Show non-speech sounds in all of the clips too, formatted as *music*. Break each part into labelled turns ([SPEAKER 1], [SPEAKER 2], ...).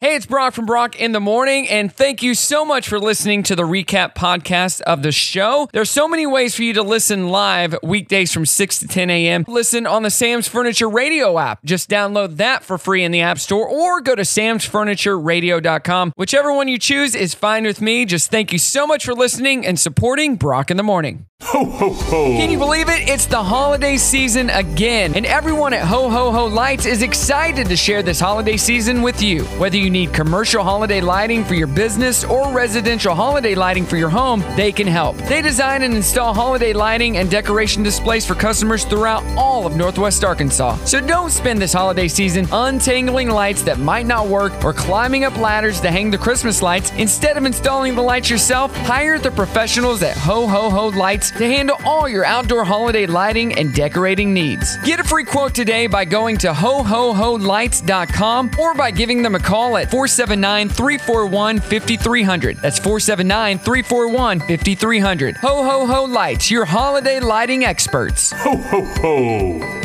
[SPEAKER 1] Hey, it's Brock from Brock in the Morning, and thank you so much for listening to the recap podcast of the show. There's so many ways for you to listen live weekdays from 6 to 10 a.m. Listen on the Sam's Furniture Radio app. Just download that for free in the App Store or go to samsfurnitureradio.com. Whichever one you choose is fine with me. Just thank you so much for listening and supporting Brock in the Morning.
[SPEAKER 2] Ho, ho, ho.
[SPEAKER 1] Can you believe it? It's the holiday season again, and everyone at Ho Ho Ho Lights is excited to share this holiday season with you. Whether you need commercial holiday lighting for your business or residential holiday lighting for your home, they can help. They design and install holiday lighting and decoration displays for customers throughout all of Northwest Arkansas. So don't spend this holiday season untangling lights that might not work or climbing up ladders to hang the Christmas lights. Instead of installing the lights yourself, hire the professionals at Ho Ho Ho Lights to handle all your outdoor holiday lighting and decorating needs. Get a free quote today by going to hohoholights.com or by giving them a call at 479 341 5300. That's 479 341 5300. Ho Ho Ho Lights, your holiday lighting experts.
[SPEAKER 2] Ho, ho, ho.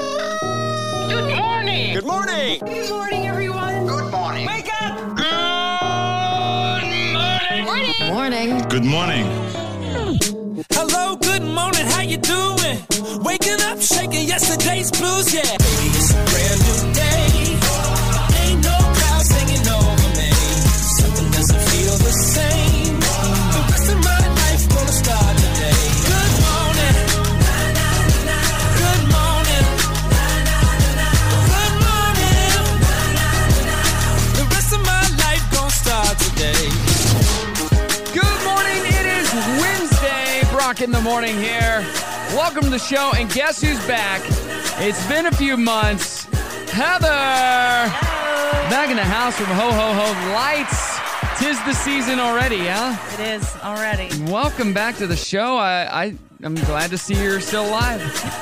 [SPEAKER 3] Good morning.
[SPEAKER 4] Good morning.
[SPEAKER 3] Good morning, everyone. Good morning. Wake up. Good morning. Morning.
[SPEAKER 5] Morning.
[SPEAKER 2] Good morning.
[SPEAKER 6] Hello, good morning, how you doing? Waking up, shaking yesterday's blues, yeah. Baby, it's a brand new day. Ain't no clouds hanging over me. Something doesn't feel the same. The rest of my life gonna start today. Good morning. Good morning. Good morning. The rest of my life gonna start today.
[SPEAKER 1] Good morning. It is Wednesday. Brock in the morning here. Welcome to the show, and guess who's back? It's been a few months. Heather back in the house from Ho Ho Ho Lights. Tis the season already, huh?
[SPEAKER 7] It is already.
[SPEAKER 1] Welcome back to the show. I, I I'm glad to see you're still alive.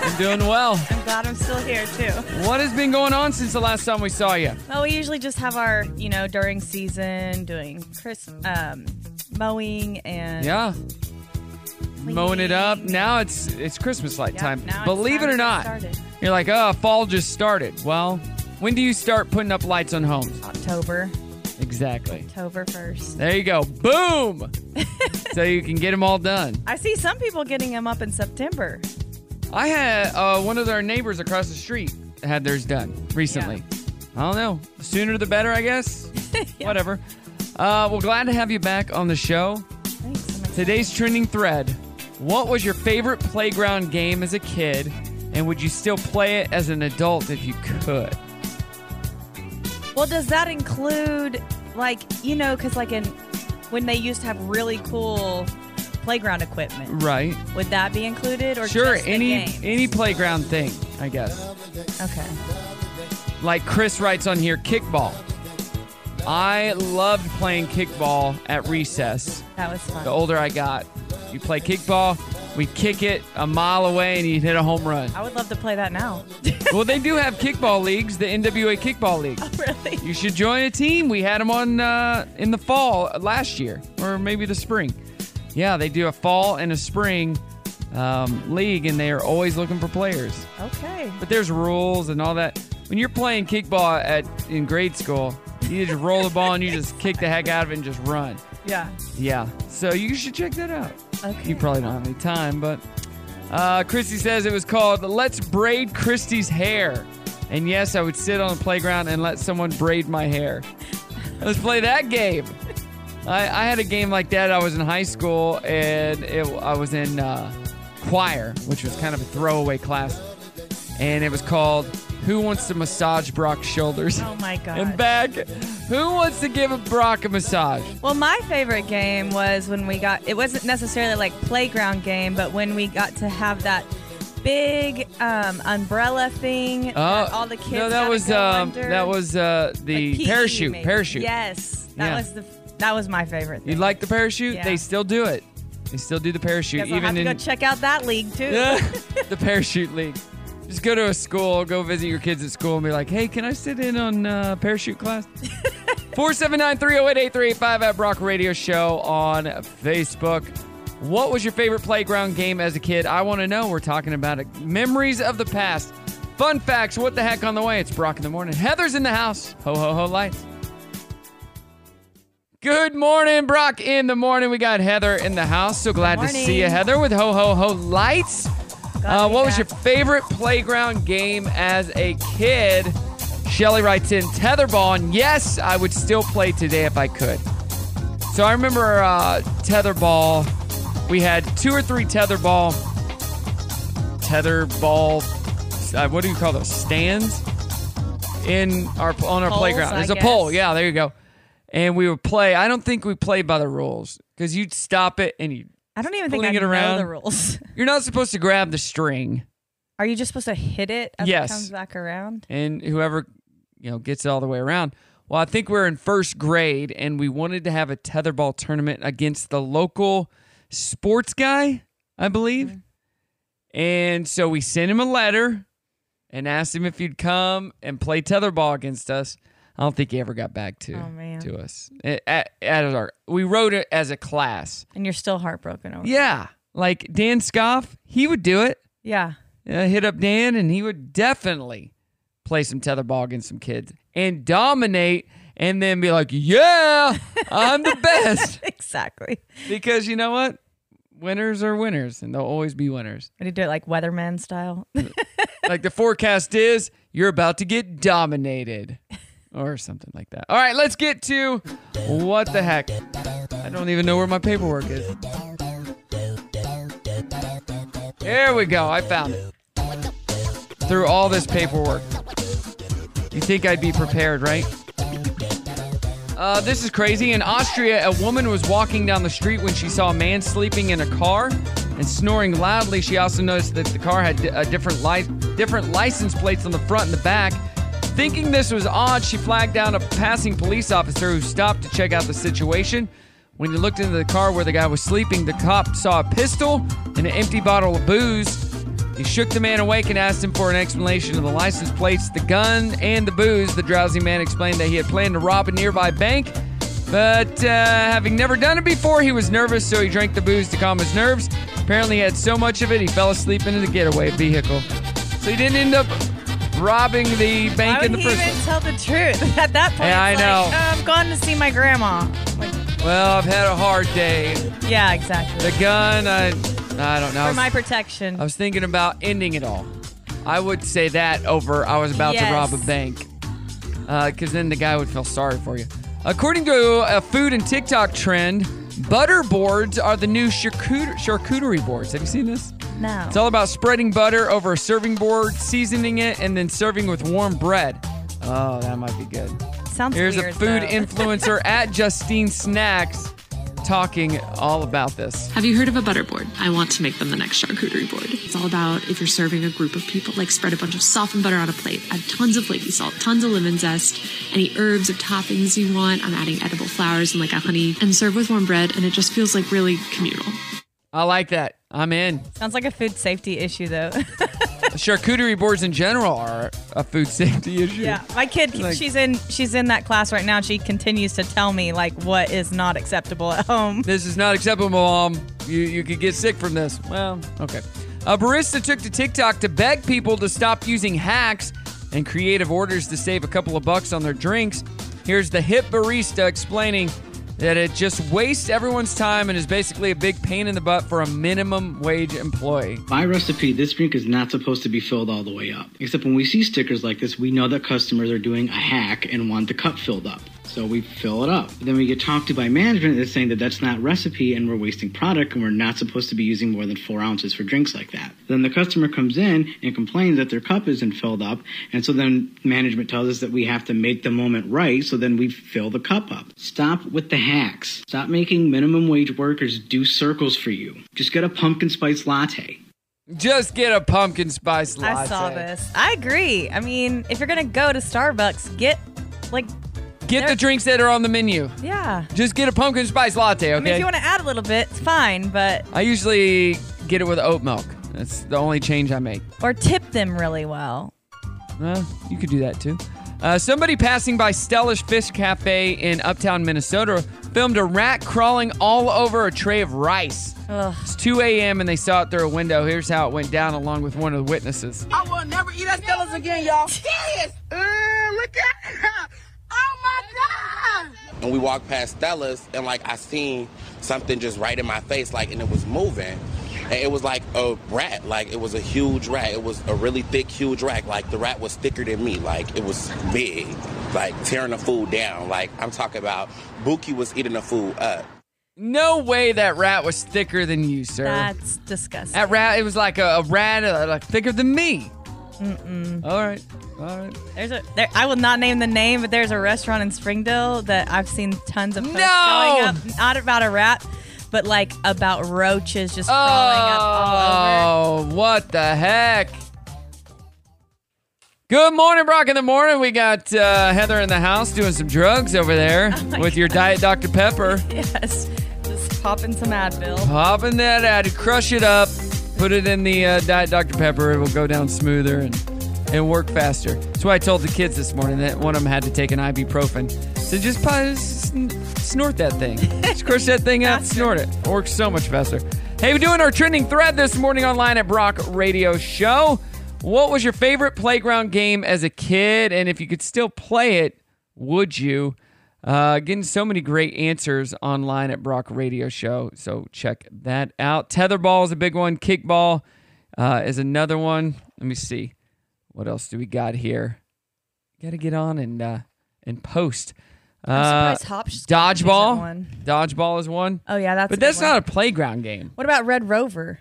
[SPEAKER 1] You're doing well.
[SPEAKER 7] I'm glad I'm still here too.
[SPEAKER 1] What has been going on since the last time we saw you?
[SPEAKER 7] Well, we usually just have our, you know, during season doing Chris um, mowing and
[SPEAKER 1] Yeah,
[SPEAKER 7] cleaning.
[SPEAKER 1] mowing it up. Now it's it's Christmas light
[SPEAKER 7] Yep,
[SPEAKER 1] time.
[SPEAKER 7] now it's
[SPEAKER 1] Believe
[SPEAKER 7] time
[SPEAKER 1] it or
[SPEAKER 7] to get
[SPEAKER 1] not,
[SPEAKER 7] started.
[SPEAKER 1] you're like, oh, fall just started. Well, when do you start putting up lights on homes?
[SPEAKER 7] October,
[SPEAKER 1] Exactly.
[SPEAKER 7] October first.
[SPEAKER 1] There you go.
[SPEAKER 7] *laughs*
[SPEAKER 1] Boom. so you can get them all done.
[SPEAKER 7] I see some people getting them up in September.
[SPEAKER 1] I had uh, one of our neighbors across the street had theirs done recently. I don't know. The sooner the better, I
[SPEAKER 7] *laughs*
[SPEAKER 1] guess. Whatever. Uh, well, glad to have you back on the show.
[SPEAKER 7] Thanks. I'm excited.
[SPEAKER 1] Today's trending thread What was your favorite playground game as a kid? And would you still play it as an adult if you could?
[SPEAKER 7] Well, does that include like you know, because like in when they used to have really cool playground equipment,
[SPEAKER 1] Right.
[SPEAKER 7] would that be included or
[SPEAKER 1] sure,
[SPEAKER 7] just the
[SPEAKER 1] any
[SPEAKER 7] games?
[SPEAKER 1] any playground thing, I guess.
[SPEAKER 7] okay.
[SPEAKER 1] Like Chris writes on here, kickball. I loved playing kickball at recess.
[SPEAKER 7] That was fun.
[SPEAKER 1] The older I got, you play kickball, we kick it a mile away and you hit a home run.
[SPEAKER 7] I would love to play that now. *laughs*
[SPEAKER 1] well, they do have kickball leagues, the NWA kickball league.
[SPEAKER 7] really?
[SPEAKER 1] You should join a team. We had them on uh, in the fall last year, or maybe the spring. Yeah, they do a fall and a spring um, league, and they are always looking for players.
[SPEAKER 7] Okay.
[SPEAKER 1] But there's rules and all that. When you're playing kickball at in grade school, you just roll the ball and you just kick the heck out of it and just run.
[SPEAKER 7] Yeah.
[SPEAKER 1] Yeah, so you should check that out.
[SPEAKER 7] Okay.
[SPEAKER 1] You probably don't have any time, but uh, Christy says it was called "Let's Braid Christy's Hair," and yes, I would sit on the playground and let someone braid my hair. Let's play that game. I, I had a game like that. I was in high school and it, I was in uh, choir, which was kind of a throwaway class, and it was called "Who Wants to Massage Brock's Shoulders?"
[SPEAKER 7] Oh
[SPEAKER 1] *laughs*
[SPEAKER 7] my god.
[SPEAKER 1] And back, who wants to give Brock a massage?
[SPEAKER 7] Well, my favorite game was when we got it wasn't necessarily like playground game, but when we got to have that big um, umbrella thing that all the kids
[SPEAKER 1] Oh, No, that
[SPEAKER 7] gotta
[SPEAKER 1] was
[SPEAKER 7] go
[SPEAKER 1] um,
[SPEAKER 7] under.
[SPEAKER 1] that was uh, the
[SPEAKER 7] Like PE
[SPEAKER 1] parachute.
[SPEAKER 7] maybe.
[SPEAKER 1] Parachute.
[SPEAKER 7] Yes, that
[SPEAKER 1] Yeah.
[SPEAKER 7] was the that was my favorite. Thing.
[SPEAKER 1] You like the parachute?
[SPEAKER 7] Yeah.
[SPEAKER 1] They still do it. They still do the parachute,
[SPEAKER 7] Guess I'll have
[SPEAKER 1] even
[SPEAKER 7] to go
[SPEAKER 1] in
[SPEAKER 7] check out that league too.
[SPEAKER 1] *laughs*
[SPEAKER 7] *laughs*
[SPEAKER 1] the parachute league. Just go to a school, go visit your kids at school, and be like, "Hey, can I sit in on uh, parachute class?" Four seven nine three zero eight eight three eight five at Brock Radio Show on Facebook. What was your favorite playground game as a kid? I want to know. We're talking about it. memories of the past. Fun facts, what the heck on the way? It's Brock in the morning. Heather's in the house. Ho, ho, ho, lights. Good morning, Brock in the morning. We got Heather in the house. So glad to
[SPEAKER 7] Morning.
[SPEAKER 1] see you, Heather, with Ho, ho, ho, lights.
[SPEAKER 7] Glad
[SPEAKER 1] Uh,
[SPEAKER 7] to be
[SPEAKER 1] what was your
[SPEAKER 7] back.
[SPEAKER 1] favorite playground game as a kid? Shelly writes in tetherball, and yes, I would still play today if I could. So I remember uh, tetherball. We had two or three tetherball, tetherball. Uh, what do you call those stands in our on our
[SPEAKER 7] Poles,
[SPEAKER 1] playground?
[SPEAKER 7] I
[SPEAKER 1] There's a
[SPEAKER 7] guess.
[SPEAKER 1] pole. Yeah, there you go. And we would play. I don't think we played by the rules because you'd stop it and you
[SPEAKER 7] I don't even think I
[SPEAKER 1] Pulling it
[SPEAKER 7] know
[SPEAKER 1] around.
[SPEAKER 7] the rules. *laughs*
[SPEAKER 1] you're not supposed to grab the string.
[SPEAKER 7] Are you just supposed to hit it as
[SPEAKER 1] Yes.
[SPEAKER 7] it comes back around?
[SPEAKER 1] and whoever you know gets it all the way around. Well, I think we we're in first grade, and we wanted to have a tetherball tournament against the local sports guy, I believe.
[SPEAKER 7] Mm-hmm.
[SPEAKER 1] And so we sent him a letter and asked him if he'd come and play tetherball against us. I don't think he ever got back to
[SPEAKER 7] Oh, man.
[SPEAKER 1] to us. At, at, at our, we wrote it as a class.
[SPEAKER 7] And you're still heartbroken over. it.
[SPEAKER 1] Yeah, like Dan Scoff, he would do it
[SPEAKER 7] Yeah. *laughs*
[SPEAKER 1] uh, hit up Dan, and he would definitely play some tetherball against some kids and dominate, and then be like, "Yeah, I'm the best,"
[SPEAKER 7] Exactly.
[SPEAKER 1] because you know what? Winners are winners, and they'll always be winners.
[SPEAKER 7] Would you do it like weatherman style? *laughs*
[SPEAKER 1] Like the forecast is, you're about to get dominated, or something like that. All right, let's get to what the heck. I don't even know where my paperwork is. There we go. I found it. Through all this paperwork. You think I'd be prepared, right? Uh, this is crazy. In Austria, a woman was walking down the street when she saw a man sleeping in a car and snoring loudly. She also noticed that the car had uh, different li- different license plates on the front and the back. Thinking this was odd, she flagged down a passing police officer who stopped to check out the situation. When he looked into the car where the guy was sleeping, the cop saw a pistol and an empty bottle of booze. He shook the man awake and asked him for an explanation of the license plates, the gun, and the booze. The drowsy man explained that he had planned to rob a nearby bank, but uh, having never done it before, he was nervous, so he drank the booze to calm his nerves. Apparently, he had so much of it, he fell asleep into the getaway vehicle. So he didn't end up robbing the
[SPEAKER 7] Why
[SPEAKER 1] bank in
[SPEAKER 7] would
[SPEAKER 1] the
[SPEAKER 7] he
[SPEAKER 1] first
[SPEAKER 7] even
[SPEAKER 1] place.
[SPEAKER 7] tell the truth *laughs* at that point?
[SPEAKER 1] Yeah, I
[SPEAKER 7] it's like, "Oh,
[SPEAKER 1] know.
[SPEAKER 7] I'm going to see my grandma. Like,
[SPEAKER 1] Well, I've had a hard day.
[SPEAKER 7] yeah, exactly.
[SPEAKER 1] The gun, I, I don't know.
[SPEAKER 7] For my protection.
[SPEAKER 1] I was thinking about ending it all. I would say that over I was about to
[SPEAKER 7] Yes.
[SPEAKER 1] rob a bank. Because then the guy would feel sorry for you. According to a food and TikTok trend, butter boards are the new charcut- charcuterie boards. Have you seen this?
[SPEAKER 7] no.
[SPEAKER 1] It's all about spreading butter over a serving board, seasoning it, and then serving with warm bread. Oh, that might be good.
[SPEAKER 7] Sounds
[SPEAKER 1] Here's
[SPEAKER 7] weird,
[SPEAKER 1] a food
[SPEAKER 7] though. *laughs*
[SPEAKER 1] influencer at Justine Snacks talking all about this.
[SPEAKER 4] Have you heard of a butter board? I want to make them the next charcuterie board. It's all about if you're serving a group of people, like spread a bunch of softened butter on a plate, add tons of flaky salt, tons of lemon zest, any herbs or toppings you want. I'm adding edible flowers and like a honey, and serve with warm bread, and it just feels like really communal.
[SPEAKER 1] I like that. I'm in.
[SPEAKER 7] Sounds like a food safety issue, though. *laughs*
[SPEAKER 1] charcuterie boards in general are a food *laughs* safety issue.
[SPEAKER 7] yeah, my
[SPEAKER 1] *laughs*
[SPEAKER 7] kid,
[SPEAKER 1] Like-
[SPEAKER 7] she's in she's in that class right now. and She continues to tell me like what is not acceptable at home.
[SPEAKER 1] This is not acceptable, mom. You, you could get sick from this. Well, okay. A barista took to TikTok to beg people to stop using hacks and creative orders to save a couple of bucks on their drinks. Here's the hip barista explaining that it just wastes everyone's time and is basically a big pain in the butt for a minimum wage employee.
[SPEAKER 5] By recipe, this drink is not supposed to be filled all the way up. Except when we see stickers like this, we know that customers are doing a hack and want the cup filled up. So we fill it up. Then we get talked to by management that's saying that that's not recipe and we're wasting product and we're not supposed to be using more than four ounces for drinks like that. Then the customer comes in and complains that their cup isn't filled up. And so then management tells us that we have to make the moment right. So then we fill the cup up. Stop with the hacks. Stop making minimum wage workers do circles for you. Just get a pumpkin spice latte.
[SPEAKER 1] Just get a pumpkin spice latte.
[SPEAKER 7] I saw this. I agree. I mean, if you're gonna go to Starbucks, get like
[SPEAKER 1] Get the drinks that are on the menu.
[SPEAKER 7] yeah.
[SPEAKER 1] Just get a pumpkin spice latte, okay?
[SPEAKER 7] I mean, if you want to add a little bit, it's fine, but
[SPEAKER 1] I usually get it with oat milk. That's the only change I make.
[SPEAKER 7] or tip them really well.
[SPEAKER 1] Uh, you could do that too. Uh, somebody passing by Stella's Fish Cafe in Uptown Minnesota filmed a rat crawling all over a tray of rice. It's 2 a.m. and they saw it through a window. Here's how it went down, along with one of the witnesses.
[SPEAKER 8] I will never eat at Stella's again, y'all.
[SPEAKER 3] *laughs*
[SPEAKER 8] Yes! Uh, look at Oh my God! When we walked past Stella's, and like I seen something just right in my face, like, and it was moving. And it was like a rat, like it was a huge rat. It was a really thick, huge rat. Like the rat was thicker than me, like it was big, like tearing the food down. Like I'm talking about, Buki was eating the food up.
[SPEAKER 1] No way that rat was thicker than you, sir.
[SPEAKER 7] That's disgusting.
[SPEAKER 1] that rat, it was like a, a rat uh, like thicker than me. Mm-mm. All right. All right.
[SPEAKER 7] There's a there, I will not name the name, but there's a restaurant in Springdale that I've seen tons of posts
[SPEAKER 1] No!
[SPEAKER 7] going up, not about a rat, but like about roaches just crawling up all over.
[SPEAKER 1] Oh, what the heck? Good morning, Brock. In the morning, we got uh, Heather in the house doing some drugs over
[SPEAKER 7] *laughs*
[SPEAKER 1] there
[SPEAKER 7] Oh
[SPEAKER 1] with your diet Dr Pepper.
[SPEAKER 7] Yes, just popping some Advil.
[SPEAKER 1] Popping that out, crush it up, put it in the uh, diet Dr Pepper. It will go down smoother and and work faster. That's why I told the kids this morning that one of them had to take an ibuprofen. So just, pi- just sn- snort that thing. Just crush that thing out, snort it. it. Works so much faster. Hey, we're doing our trending thread this morning online at Brock Radio Show. What was your favorite playground game as a kid? And if you could still play it, would you? Uh, getting so many great answers online at Brock Radio Show. So check that out. Tetherball is a big one. Kickball uh, is another one. Let me see. What else do we got here? Got to get on and uh, and post. Uh,
[SPEAKER 7] surprised Hopscotch
[SPEAKER 1] dodgeball.
[SPEAKER 7] isn't one.
[SPEAKER 1] Dodgeball is one.
[SPEAKER 7] Oh yeah, that's.
[SPEAKER 1] but
[SPEAKER 7] a good
[SPEAKER 1] that's
[SPEAKER 7] one.
[SPEAKER 1] not a playground game.
[SPEAKER 7] What about Red Rover?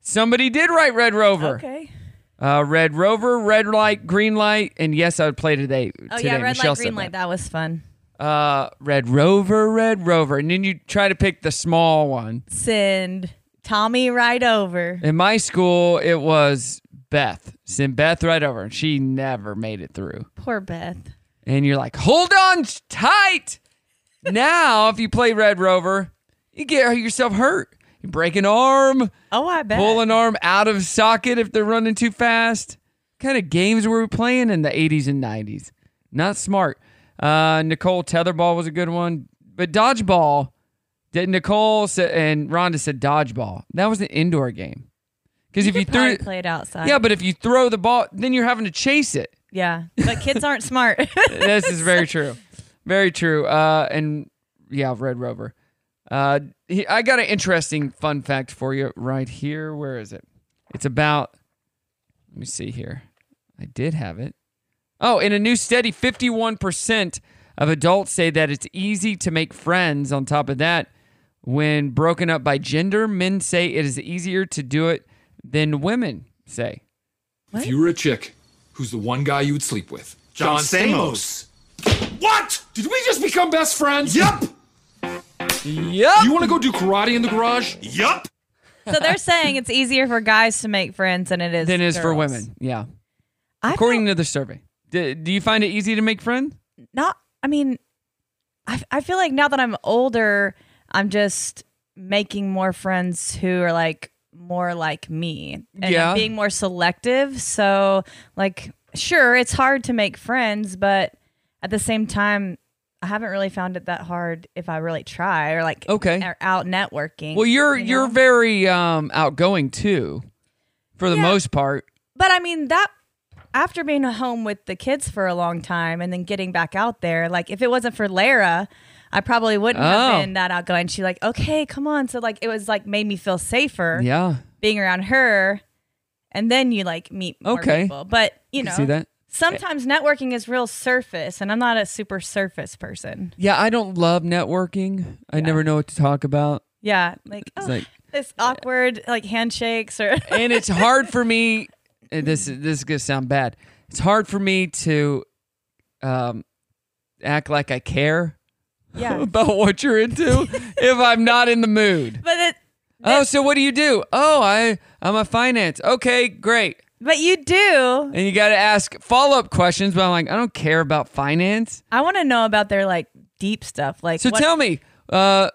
[SPEAKER 1] Somebody did write Red Rover.
[SPEAKER 7] Okay.
[SPEAKER 1] Uh, Red Rover, red light, green light, and yes, I would play today.
[SPEAKER 7] Oh
[SPEAKER 1] today.
[SPEAKER 7] yeah, Red
[SPEAKER 1] Michelle
[SPEAKER 7] Light,
[SPEAKER 1] said
[SPEAKER 7] Green
[SPEAKER 1] that.
[SPEAKER 7] Light. That was fun.
[SPEAKER 1] Uh, Red Rover, Red Rover, and then you try to pick the small one.
[SPEAKER 7] Send Tommy right over.
[SPEAKER 1] In my school, it was Beth. Send Beth right over, and she never made it through.
[SPEAKER 7] Poor Beth.
[SPEAKER 1] And you're like, hold on tight. now, if you play Red Rover, you get yourself hurt. You break an arm,
[SPEAKER 7] Oh, I bet.
[SPEAKER 1] pull an arm out of socket if they're running too fast. What kind of games were we playing in the 80s and 90s? Not smart. Uh, Nicole Tetherball was a good one, but dodgeball. Did Nicole sa- and Rhonda said dodgeball? That was an indoor game. Because if you
[SPEAKER 7] Probably
[SPEAKER 1] threw,
[SPEAKER 7] play it outside.
[SPEAKER 1] yeah, but if you throw the ball, then you're having to chase it.
[SPEAKER 7] yeah. But kids aren't smart. *laughs*
[SPEAKER 1] this is very true. Very true. Uh, and yeah, Red Rover. Uh, he, I got an interesting fun fact for you right here. Where is it? It's about, let me see here. I did have it. Oh, in a new study, 51% of adults say that it's easy to make friends. On top of that, when broken up by gender, men say it is easier to do it than women say.
[SPEAKER 9] If you were a chick, who's the one guy you would sleep with?
[SPEAKER 10] John Stamos.
[SPEAKER 9] What? Did we just become best friends?
[SPEAKER 10] Yup.
[SPEAKER 1] Yep.
[SPEAKER 9] You want to go do karate in the garage?
[SPEAKER 10] Yup.
[SPEAKER 7] so they're saying it's easier for guys to make friends than it is
[SPEAKER 1] than it is for
[SPEAKER 7] girls.
[SPEAKER 1] women. Yeah.
[SPEAKER 7] I
[SPEAKER 1] According
[SPEAKER 7] feel
[SPEAKER 1] to the survey, do, do you find it easy to make friends?
[SPEAKER 7] not. I mean, I I feel like now that I'm older, I'm just making more friends who are like more like me and
[SPEAKER 1] Yeah.
[SPEAKER 7] being more selective. So like, sure, it's hard to make friends, but at the same time. I haven't really found it that hard if I really try or like
[SPEAKER 1] Okay.
[SPEAKER 7] are out networking.
[SPEAKER 1] Well, you're
[SPEAKER 7] you
[SPEAKER 1] you're
[SPEAKER 7] know?
[SPEAKER 1] very um, outgoing too, for the
[SPEAKER 7] Yeah.
[SPEAKER 1] most part.
[SPEAKER 7] But I mean that after being home with the kids for a long time and then getting back out there, like if it wasn't for Lara, I probably wouldn't
[SPEAKER 1] Oh.
[SPEAKER 7] have been that outgoing. She like, okay, come on. So like it was like made me feel safer
[SPEAKER 1] Yeah,
[SPEAKER 7] being around her. And then you like meet more
[SPEAKER 1] Okay.
[SPEAKER 7] people. But you
[SPEAKER 1] you
[SPEAKER 7] know
[SPEAKER 1] see that.
[SPEAKER 7] sometimes networking is real surface and I'm not a super surface person.
[SPEAKER 1] Yeah, I don't love networking. I never know what to talk about,
[SPEAKER 7] Yeah. Like, oh,
[SPEAKER 1] like-
[SPEAKER 7] this awkward like
[SPEAKER 1] *laughs*
[SPEAKER 7] handshakes or *laughs*
[SPEAKER 1] and it's hard for me. *laughs* and This is- this is gonna sound bad. It's hard for me to um, act like I care
[SPEAKER 7] Yeah.
[SPEAKER 1] about what you're
[SPEAKER 7] *laughs*
[SPEAKER 1] into if I'm not in the mood.
[SPEAKER 7] But it
[SPEAKER 1] Oh, so what do you do? Oh, I I'm a finance. Okay, great.
[SPEAKER 7] but you do
[SPEAKER 1] And you got to ask follow up questions, but I'm like, I don't care about finance.
[SPEAKER 7] I want to know about their like deep stuff. Like,
[SPEAKER 1] So
[SPEAKER 7] what-
[SPEAKER 1] tell me, uh,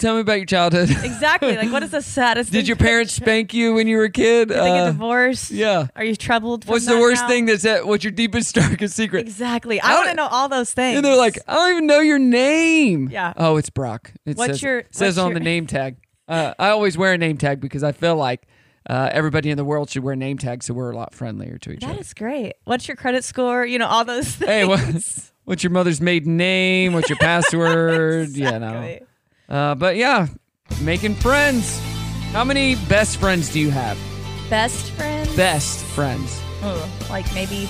[SPEAKER 1] Tell me about your childhood.
[SPEAKER 7] Exactly. Like, what is the saddest?
[SPEAKER 1] *laughs* Did
[SPEAKER 7] thing
[SPEAKER 1] your
[SPEAKER 7] to- *laughs*
[SPEAKER 1] parents spank you when you were a kid?
[SPEAKER 7] Did they get
[SPEAKER 1] Uh,
[SPEAKER 7] divorced?
[SPEAKER 1] yeah.
[SPEAKER 7] Are you troubled? from
[SPEAKER 1] What's the
[SPEAKER 7] that
[SPEAKER 1] worst
[SPEAKER 7] now?
[SPEAKER 1] thing that's at, what's your deepest, *laughs* darkest secret?
[SPEAKER 7] Exactly.
[SPEAKER 1] I
[SPEAKER 7] I want to
[SPEAKER 1] don't-
[SPEAKER 7] know all those things.
[SPEAKER 1] And they're like, I don't even know your name.
[SPEAKER 7] Yeah.
[SPEAKER 1] Oh, it's Brock. It
[SPEAKER 7] What's
[SPEAKER 1] says,
[SPEAKER 7] your-
[SPEAKER 1] it says
[SPEAKER 7] what's
[SPEAKER 1] on
[SPEAKER 7] your-
[SPEAKER 1] the name tag. Uh, I always wear a name tag because I feel like uh, everybody in the world should wear name tags, so we're a lot friendlier to each
[SPEAKER 7] that
[SPEAKER 1] other.
[SPEAKER 7] is great. What's your credit score? You know, all those things.
[SPEAKER 1] hey,
[SPEAKER 7] *laughs*
[SPEAKER 1] what, *laughs* what's your mother's maiden name? What's your
[SPEAKER 7] *laughs*
[SPEAKER 1] password? Yeah, no.
[SPEAKER 7] Exactly.
[SPEAKER 1] Uh, but yeah, making friends. How many best friends do you have?
[SPEAKER 7] Best friends?
[SPEAKER 1] Best friends.
[SPEAKER 7] Ooh, like maybe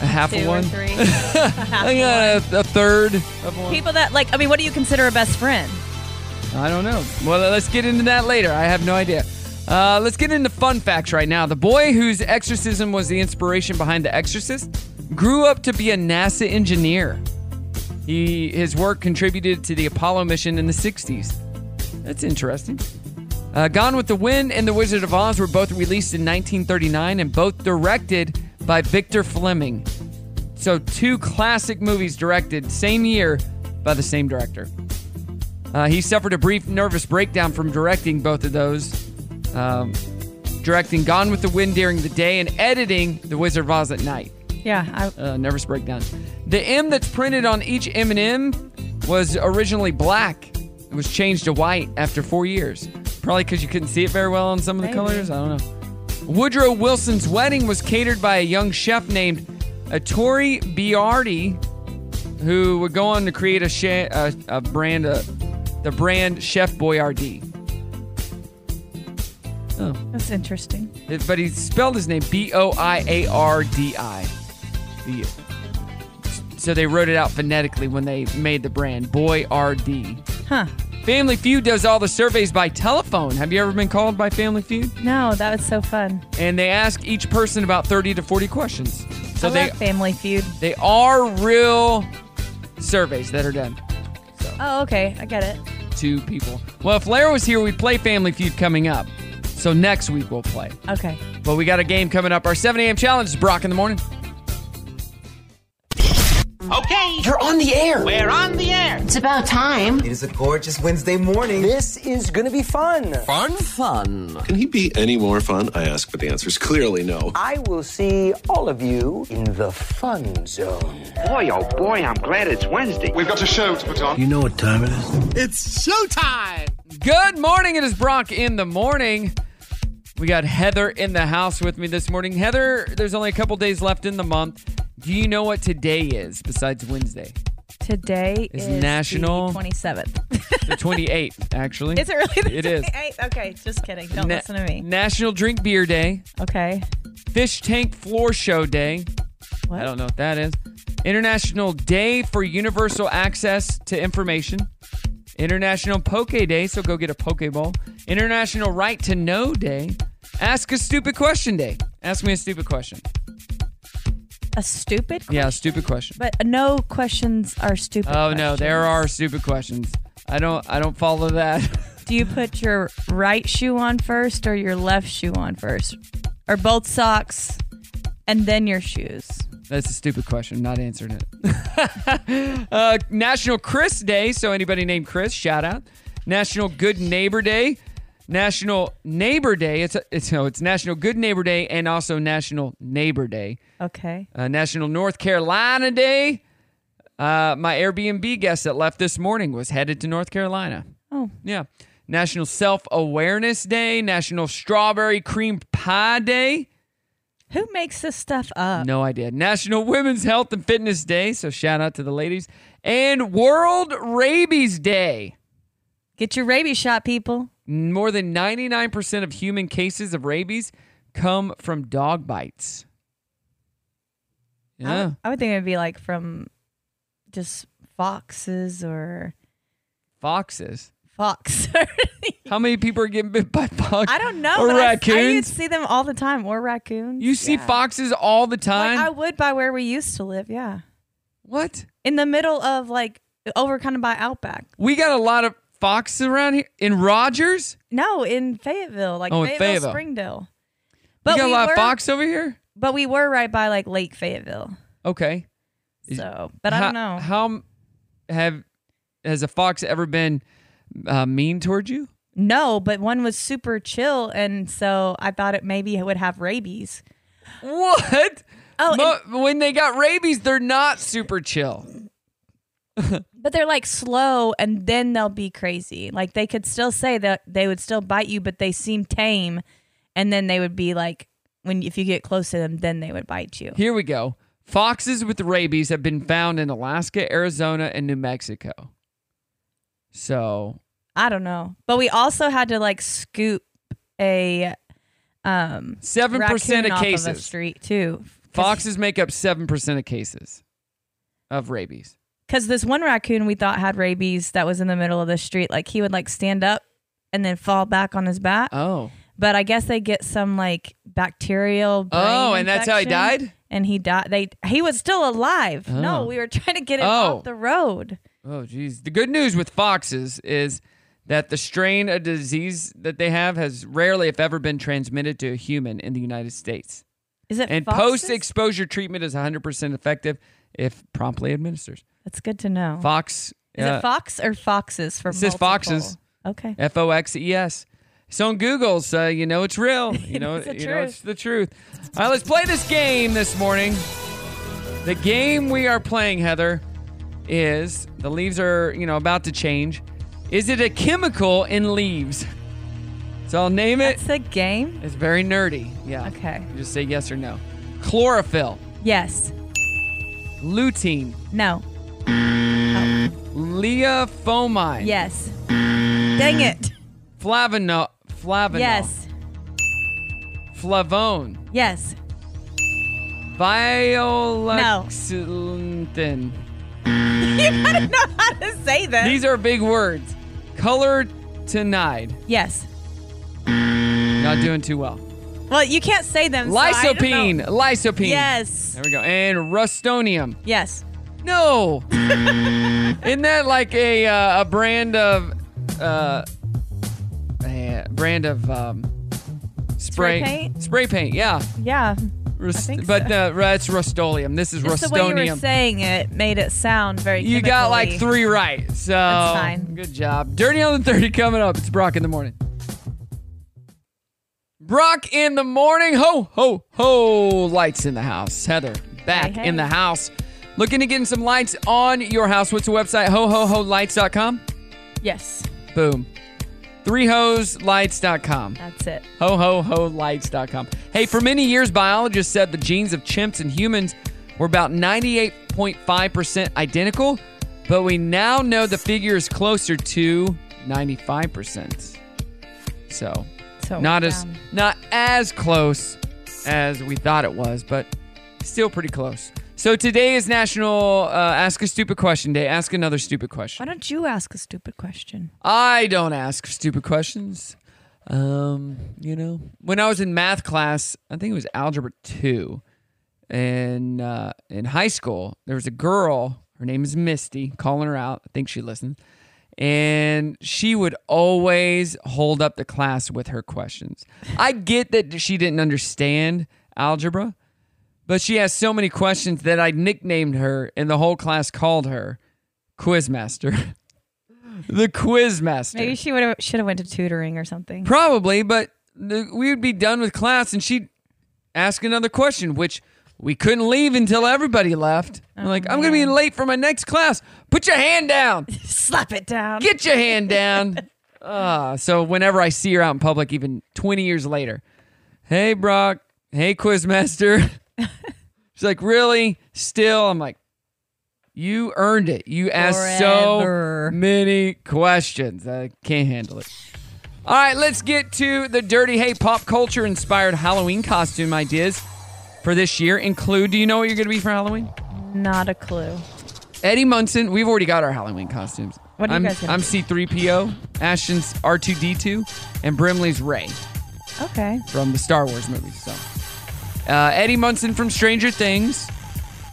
[SPEAKER 1] A half
[SPEAKER 7] two
[SPEAKER 1] of one. *laughs*
[SPEAKER 7] or three. *laughs* A half
[SPEAKER 1] I
[SPEAKER 7] of
[SPEAKER 1] got a, a third of
[SPEAKER 7] one.
[SPEAKER 1] one.
[SPEAKER 7] People that, like, I mean, what do you consider a best friend?
[SPEAKER 1] I don't know. Well, let's get into that later. I have no idea. Uh, let's get into fun facts right now. The boy whose exorcism was the inspiration behind The Exorcist grew up to be a NASA engineer. He his work contributed to the Apollo mission in the '60s. That's interesting. Uh, Gone with the Wind and The Wizard of Oz were both released in 1939 and both directed by Victor Fleming. So two classic movies directed same year by the same director. Uh, he suffered a brief nervous breakdown from directing both of those, um, directing Gone with the Wind during the day and editing The Wizard of Oz at night.
[SPEAKER 7] Yeah. I,
[SPEAKER 1] Uh, nervous breakdown. The M that's printed on each M&M was originally black. It was changed to white after four years, probably because you couldn't see it very well on some of the
[SPEAKER 7] Maybe.
[SPEAKER 1] colors. I don't know. Woodrow Wilson's wedding was catered by a young chef named Ettore Biardi, who would go on to create a, cha- a, a brand, uh the brand Chef Boyardee.
[SPEAKER 7] that's interesting.
[SPEAKER 1] It- but he spelled his name B O I A R D I. The- So they wrote it out phonetically when they made the brand Boy R D.
[SPEAKER 7] Huh.
[SPEAKER 1] Family Feud does all the surveys by telephone. Have you ever been called by Family Feud?
[SPEAKER 7] No, that was so fun.
[SPEAKER 1] And they ask each person about 30 to 40 questions. So
[SPEAKER 7] I
[SPEAKER 1] they
[SPEAKER 7] love Family Feud.
[SPEAKER 1] they are real surveys that are done
[SPEAKER 7] Oh, okay. I get it.
[SPEAKER 1] to people. Well, if Lara was here, we'd play Family Feud coming up. So next week we'll play.
[SPEAKER 7] Okay.
[SPEAKER 1] But we got a game coming up. Our 7 a.m. challenge is Brock in the morning.
[SPEAKER 3] Okay. You're on the air. We're on the air.
[SPEAKER 10] It's about time.
[SPEAKER 11] It is a gorgeous Wednesday morning. This is gonna be fun. Fun? Fun.
[SPEAKER 12] Can he be any more fun? I ask, but the answer is clearly no.
[SPEAKER 11] I will see all of you in the fun zone.
[SPEAKER 6] Boy, oh boy, I'm glad it's Wednesday.
[SPEAKER 2] We've got a show to put on.
[SPEAKER 11] You know what time it is?
[SPEAKER 1] Good morning. It is Brock in the morning. We got Heather in the house with me this morning. Heather, there's only a couple days left in the month. Do you know what today is besides
[SPEAKER 7] *laughs*
[SPEAKER 1] Wednesday?
[SPEAKER 7] Today
[SPEAKER 1] It's
[SPEAKER 7] is the
[SPEAKER 1] National-
[SPEAKER 7] 27th.
[SPEAKER 1] The
[SPEAKER 7] *laughs*
[SPEAKER 1] 28th, actually.
[SPEAKER 7] Is it really the
[SPEAKER 1] It is.
[SPEAKER 7] *laughs* 28th? Okay, just kidding. Don't
[SPEAKER 1] Na-
[SPEAKER 7] listen to me.
[SPEAKER 1] National Drink Beer Day,
[SPEAKER 7] Okay.
[SPEAKER 1] Fish Tank Floor Show Day.
[SPEAKER 7] What?
[SPEAKER 1] I don't know what that is. International Day for Universal Access to Information. International Poke Day, so go get a Pokeball. International Right to Know Day. Ask a Stupid Question Day. Ask me a stupid question.
[SPEAKER 7] A stupid question.
[SPEAKER 1] Yeah, a stupid question.
[SPEAKER 7] But no questions are stupid.
[SPEAKER 1] Oh no, there are
[SPEAKER 7] questions.
[SPEAKER 1] stupid questions. I don't I don't follow that. *laughs*
[SPEAKER 7] Do you put your right shoe on first or your left shoe on first? Or both socks and then your shoes?
[SPEAKER 1] That's a stupid question. I'm not answering it. *laughs* uh, National Chris Day. So anybody named Chris, shout out. National Good Neighbor Day. National Neighbor Day. It's it's no, it's National Good Neighbor Day and also National Neighbor Day.
[SPEAKER 7] Okay.
[SPEAKER 1] Uh, National North Carolina Day. Uh, my Airbnb guest that left this morning was headed to North Carolina.
[SPEAKER 7] Oh.
[SPEAKER 1] Yeah. National Self Awareness Day. National Strawberry Cream Pie Day.
[SPEAKER 7] Who makes this stuff up?
[SPEAKER 1] No idea. National Women's Health and Fitness Day. So shout out to the ladies. And World Rabies Day.
[SPEAKER 7] Get your rabies shot, people.
[SPEAKER 1] More than 99% of human cases of rabies come from dog bites.
[SPEAKER 7] I,
[SPEAKER 1] Yeah.
[SPEAKER 7] would, I would think it would be like from just foxes or
[SPEAKER 1] Foxes.
[SPEAKER 7] fox. *laughs*
[SPEAKER 1] How many people are getting bit by *laughs* foxes?
[SPEAKER 7] I don't know.
[SPEAKER 1] Or
[SPEAKER 7] but I- I, used
[SPEAKER 1] raccoons?
[SPEAKER 7] to see them all the time. Or raccoons.
[SPEAKER 1] you see
[SPEAKER 7] yeah.
[SPEAKER 1] foxes all the
[SPEAKER 7] Like
[SPEAKER 1] time?
[SPEAKER 7] I would by where we used to live. Yeah.
[SPEAKER 1] what?
[SPEAKER 7] In the middle of like over kind of by Outback.
[SPEAKER 1] We got a lot of foxes around here. In Rogers?
[SPEAKER 7] No, in Fayetteville, like
[SPEAKER 1] Oh, in
[SPEAKER 7] Fayetteville,
[SPEAKER 1] Fayetteville.
[SPEAKER 7] Springdale.
[SPEAKER 1] we got a lot
[SPEAKER 7] were,
[SPEAKER 1] of fox over here?
[SPEAKER 7] But we were right by like Lake Fayetteville.
[SPEAKER 1] Okay. Is-
[SPEAKER 7] So, but I don't
[SPEAKER 1] How-
[SPEAKER 7] know.
[SPEAKER 1] How m- have has a fox ever been uh, mean towards you?
[SPEAKER 7] No, but one was super chill, and so I thought it maybe would have rabies.
[SPEAKER 1] What? Oh, when they got rabies, they're not super chill.
[SPEAKER 7] But they're like slow, and then they'll be crazy. Like they could still say that they would still bite you, but they seem tame, and then they would be like, when if you get close to them, then they would bite you.
[SPEAKER 1] Here we go. Foxes with rabies have been found in Alaska, Arizona, and New Mexico. So
[SPEAKER 7] I don't know, but we also had to like scoop a um
[SPEAKER 1] seven percent of
[SPEAKER 7] raccoon off
[SPEAKER 1] cases
[SPEAKER 7] a street too.
[SPEAKER 1] Foxes make up seven percent of cases of rabies.
[SPEAKER 7] Because this one raccoon we thought had rabies that was in the middle of the street, like he would like stand up and then fall back on his back.
[SPEAKER 1] Oh.
[SPEAKER 7] But I guess they get some like bacterial. Brain
[SPEAKER 1] Oh, and that's how he
[SPEAKER 7] infection,
[SPEAKER 1] died?
[SPEAKER 7] And he died. They he was still alive. No,
[SPEAKER 1] Oh.
[SPEAKER 7] we were *laughs* trying to get him
[SPEAKER 1] Oh.
[SPEAKER 7] off the road.
[SPEAKER 1] Oh, geez. The good news with foxes is that the strain of disease that they have has rarely, if ever, been transmitted to a human in the United States.
[SPEAKER 7] Is it
[SPEAKER 1] And
[SPEAKER 7] foxes?
[SPEAKER 1] post exposure treatment is 100% effective if promptly administered.
[SPEAKER 7] That's good to know.
[SPEAKER 1] Fox.
[SPEAKER 7] Is
[SPEAKER 1] uh,
[SPEAKER 7] it fox or foxes for?
[SPEAKER 1] It says
[SPEAKER 7] multiple?
[SPEAKER 1] foxes.
[SPEAKER 7] Okay.
[SPEAKER 1] F O X E S. It's on Google, so you know it's real.
[SPEAKER 7] *laughs*
[SPEAKER 1] You know,
[SPEAKER 7] It's the
[SPEAKER 1] you know it's the truth. All right, let's play this game this morning. The game we are playing, Heather, is the leaves are you know about to change. Is it a chemical in leaves? So I'll name it.
[SPEAKER 7] It's a game.
[SPEAKER 1] It's very nerdy. Yeah.
[SPEAKER 7] Okay.
[SPEAKER 1] You just say yes or no. Chlorophyll,
[SPEAKER 7] Yes.
[SPEAKER 1] lutein,
[SPEAKER 7] No.
[SPEAKER 1] leofomine,
[SPEAKER 7] Yes. Dang it.
[SPEAKER 1] flavono, flavonol,
[SPEAKER 7] Yes.
[SPEAKER 1] flavone.
[SPEAKER 7] Yes. *laughs*
[SPEAKER 1] Violaxanthin.
[SPEAKER 7] you gotta know how to say this.
[SPEAKER 1] These are big words. Color denied.
[SPEAKER 7] yes.
[SPEAKER 1] Not doing too well.
[SPEAKER 7] Well, you can't say them. so I don't know.
[SPEAKER 1] Lysopene. Lysopene.
[SPEAKER 7] Yes.
[SPEAKER 1] There we go. And rustonium.
[SPEAKER 7] Yes. *laughs*
[SPEAKER 1] No. Isn't that like a uh, a brand of uh, a brand of um, spray
[SPEAKER 7] Spray paint?
[SPEAKER 1] Spray paint. Yeah.
[SPEAKER 7] Yeah.
[SPEAKER 1] Rust-
[SPEAKER 7] think
[SPEAKER 1] But uh, that's rustolium. This is
[SPEAKER 7] Just the way you were
[SPEAKER 1] rustonium.
[SPEAKER 7] saying it made it sound very.
[SPEAKER 1] You got like
[SPEAKER 7] chemically.
[SPEAKER 1] three right. So
[SPEAKER 7] That's fine.
[SPEAKER 1] good job. Dirty on the 30 coming up. It's Brock in the morning. Brock in the morning. Ho, ho, ho. Lights in the house. Heather back
[SPEAKER 7] Hey, hey.
[SPEAKER 1] in the house. Looking to getting some lights on your house. What's the website? Ho, ho, ho lights.com.
[SPEAKER 7] Yes.
[SPEAKER 1] Boom. Three hose lights.com.
[SPEAKER 7] That's it.
[SPEAKER 1] Ho ho ho lights.com. Hey, for many years, biologists said the genes of chimps and humans were about 98.5% identical, but we now know the figure is closer to 95%. So,
[SPEAKER 7] So
[SPEAKER 1] not
[SPEAKER 7] we're
[SPEAKER 1] as
[SPEAKER 7] down.
[SPEAKER 1] not as close as we thought it was, but still pretty close. So today is National uh, Ask a Stupid Question Day. Ask another stupid question.
[SPEAKER 7] Why don't you ask a stupid question?
[SPEAKER 1] I don't ask stupid questions. Um, you know, when I was in math class, I think it was algebra two, and uh, in high school, there was a girl. Her name is Misty. Calling her out. I think she listened, and she would always hold up the class with her questions. I get that she didn't understand algebra, but she asked so many questions that I nicknamed her, and the whole class called her Quizmaster. *laughs* the Quizmaster.
[SPEAKER 7] Maybe she would have should have went to tutoring or something.
[SPEAKER 1] Probably, but the, we would be done with class and she'd ask another question, which we couldn't leave until everybody left. I'm like, I'm going to be late for my next class. Put your hand down.
[SPEAKER 7] *laughs* Slap it down.
[SPEAKER 1] Get your hand
[SPEAKER 7] *laughs*
[SPEAKER 1] down. Ah, so whenever I see her out in public, even 20 years later, hey, Brock. Hey,
[SPEAKER 7] *laughs*
[SPEAKER 1] Quizmaster. She's like, really? Still? I'm like, you earned it. You asked
[SPEAKER 7] Forever.
[SPEAKER 1] so many questions. I can't handle it. All right, let's get to the Dirty Hey pop culture inspired Halloween costume ideas for this year. Include, do you know what you're going to be for Halloween?
[SPEAKER 7] Not a clue.
[SPEAKER 1] Eddie Munson, we've already got our Halloween costumes.
[SPEAKER 7] What are you
[SPEAKER 1] I'm,
[SPEAKER 7] guys gonna
[SPEAKER 1] I'm
[SPEAKER 7] be?
[SPEAKER 1] C3PO, Ashton's R2D2, and Brimley's Ray
[SPEAKER 7] Okay.
[SPEAKER 1] from the Star Wars movies. So, uh, Eddie Munson from Stranger Things,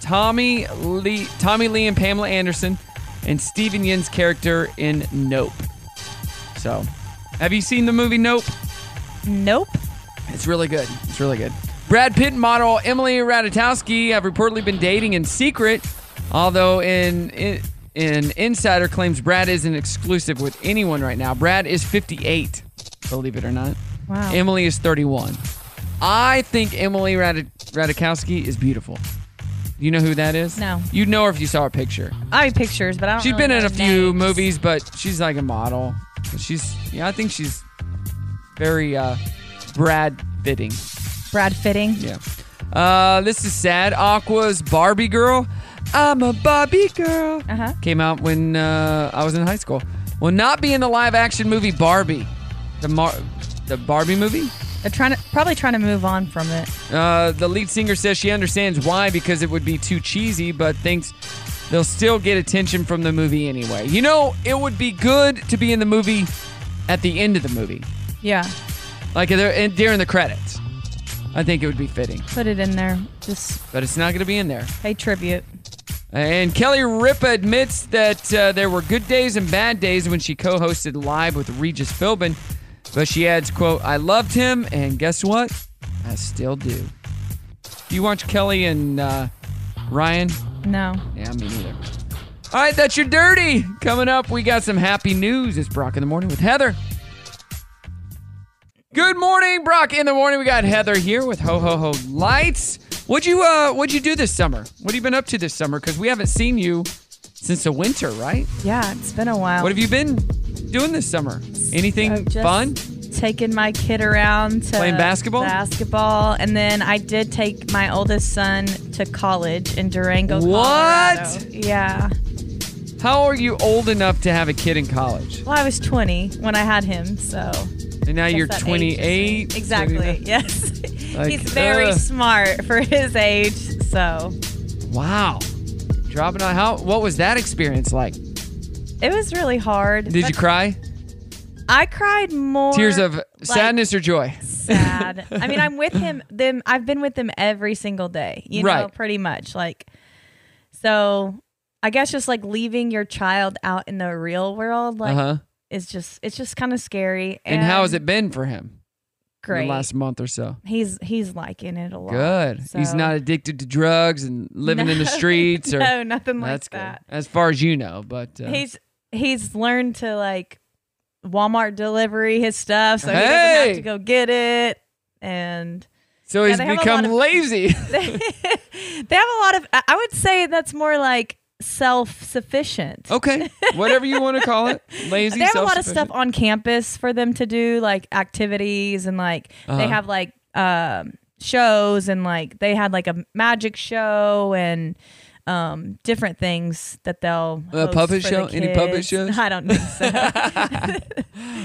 [SPEAKER 1] Tommy Lee, Tommy Lee and Pamela Anderson, and Steven Yin's character in Nope. So, have you seen the movie Nope?
[SPEAKER 7] Nope.
[SPEAKER 1] It's really good. It's really good. Brad Pitt model Emily Ratajkowski have reportedly been dating in secret, although in, in an insider claims Brad isn't exclusive with anyone right now. Brad is 58, believe it or not.
[SPEAKER 7] Wow.
[SPEAKER 1] Emily is 31. I think Emily Rad- Radikowski is beautiful. You know who that is?
[SPEAKER 7] No. Oh,
[SPEAKER 1] You'd know her if you saw her picture.
[SPEAKER 7] I have pictures, but I don't.
[SPEAKER 1] She's
[SPEAKER 7] really
[SPEAKER 1] been in
[SPEAKER 7] know
[SPEAKER 1] a few
[SPEAKER 7] names.
[SPEAKER 1] movies, but she's like a model. She's yeah, I think she's very uh, Brad fitting.
[SPEAKER 7] Brad fitting.
[SPEAKER 1] Yeah. Uh, this is sad. Aqua's Barbie girl. I'm a Barbie girl. Uh
[SPEAKER 7] huh.
[SPEAKER 1] Came out when uh, I was in high school. Will not be in the live action movie Barbie. The Mar- the Barbie movie.
[SPEAKER 7] They're trying to probably trying to move on from it.
[SPEAKER 1] Uh, the lead singer says she understands why because it would be too cheesy, but thinks they'll still get attention from the movie anyway. You know, it would be good to be in the movie at the end of the movie,
[SPEAKER 7] Yeah.
[SPEAKER 1] like there- in- during the credits. I think it would be fitting,
[SPEAKER 7] Put it in there. Just
[SPEAKER 1] but it's not going to be in there.
[SPEAKER 7] pay tribute.
[SPEAKER 1] And Kelly Ripa admits that uh, there were good days and bad days when she co-hosted live with Regis Philbin, but she adds, "quote I loved him, and guess what? I still do." Do you watch Kelly and uh, Ryan?
[SPEAKER 7] No.
[SPEAKER 1] Yeah, me neither. All right, that's your dirty. Coming up, we got some happy news. It's Brock in the morning with Heather. Good morning, Brock. In the morning, we got Heather here with Ho Ho Ho Lights. What'd you uh What'd you do this summer? What have you been up to this summer? Because we haven't seen you since the winter, right?
[SPEAKER 7] Yeah, it's been a while.
[SPEAKER 1] What have you been doing this summer? Anything
[SPEAKER 7] I've just
[SPEAKER 1] fun?
[SPEAKER 7] Taking my kid around to
[SPEAKER 1] Playing basketball?
[SPEAKER 7] basketball, and then I did take my oldest son to college in Durango.
[SPEAKER 1] What?
[SPEAKER 7] Colorado. Yeah.
[SPEAKER 1] How are you old enough to have a kid in college?
[SPEAKER 7] Well, I was 20 when I had him, so
[SPEAKER 1] And now
[SPEAKER 7] Guess
[SPEAKER 1] you're
[SPEAKER 7] that age
[SPEAKER 1] 28. *laughs*
[SPEAKER 7] is- exactly. *laughs*
[SPEAKER 1] 29.
[SPEAKER 7] Yes,
[SPEAKER 1] Like,
[SPEAKER 7] he's very
[SPEAKER 1] ugh.
[SPEAKER 7] smart for his age. So
[SPEAKER 1] Wow. Dropping out. How? What was that experience like?
[SPEAKER 7] it was really hard.
[SPEAKER 1] Did
[SPEAKER 7] but
[SPEAKER 1] you cry?
[SPEAKER 7] I cried more
[SPEAKER 1] Tears of
[SPEAKER 7] like,
[SPEAKER 1] sadness or joy? *laughs*
[SPEAKER 7] sad. I mean, I'm with him. Them, I've been with them every single day. You know,
[SPEAKER 1] Right.
[SPEAKER 7] pretty much. Like, so I guess just like leaving your child out in the real world, like,
[SPEAKER 1] Uh-huh.
[SPEAKER 7] is just it's just kind of scary.
[SPEAKER 1] And, how has it been for him? in
[SPEAKER 7] Great.
[SPEAKER 1] the last month or so.
[SPEAKER 7] he's he's liking it a lot.
[SPEAKER 1] Good. He's
[SPEAKER 7] So- *laughs*
[SPEAKER 1] not addicted to drugs and living in the
[SPEAKER 7] No,
[SPEAKER 1] streets or
[SPEAKER 7] no, nothing like
[SPEAKER 1] That's good.
[SPEAKER 7] that.
[SPEAKER 1] As far as you know, but uh,
[SPEAKER 7] He's he's learned to like Walmart delivery his stuff, so he doesn't
[SPEAKER 1] Hey!
[SPEAKER 7] have to go get it. And
[SPEAKER 1] so
[SPEAKER 7] yeah,
[SPEAKER 1] he's
[SPEAKER 7] they have a
[SPEAKER 1] become
[SPEAKER 7] lot of- *laughs*
[SPEAKER 1] lazy.
[SPEAKER 7] they have a lot of. I- I would say that's more like self sufficient.
[SPEAKER 1] okay, whatever you want to call it, lazy.
[SPEAKER 7] *laughs* they have a lot
[SPEAKER 1] Oh,
[SPEAKER 7] of
[SPEAKER 1] self-sufficient.
[SPEAKER 7] stuff on campus for them to do, like activities and like
[SPEAKER 1] Uh-huh.
[SPEAKER 7] they have like um, shows and like they had like a magic show and um, different things that they'll
[SPEAKER 1] A
[SPEAKER 7] host
[SPEAKER 1] puppet
[SPEAKER 7] for
[SPEAKER 1] show?
[SPEAKER 7] the
[SPEAKER 1] Any puppet
[SPEAKER 7] kids.
[SPEAKER 1] shows?
[SPEAKER 7] *laughs* I don't
[SPEAKER 1] *laughs*
[SPEAKER 7] think so.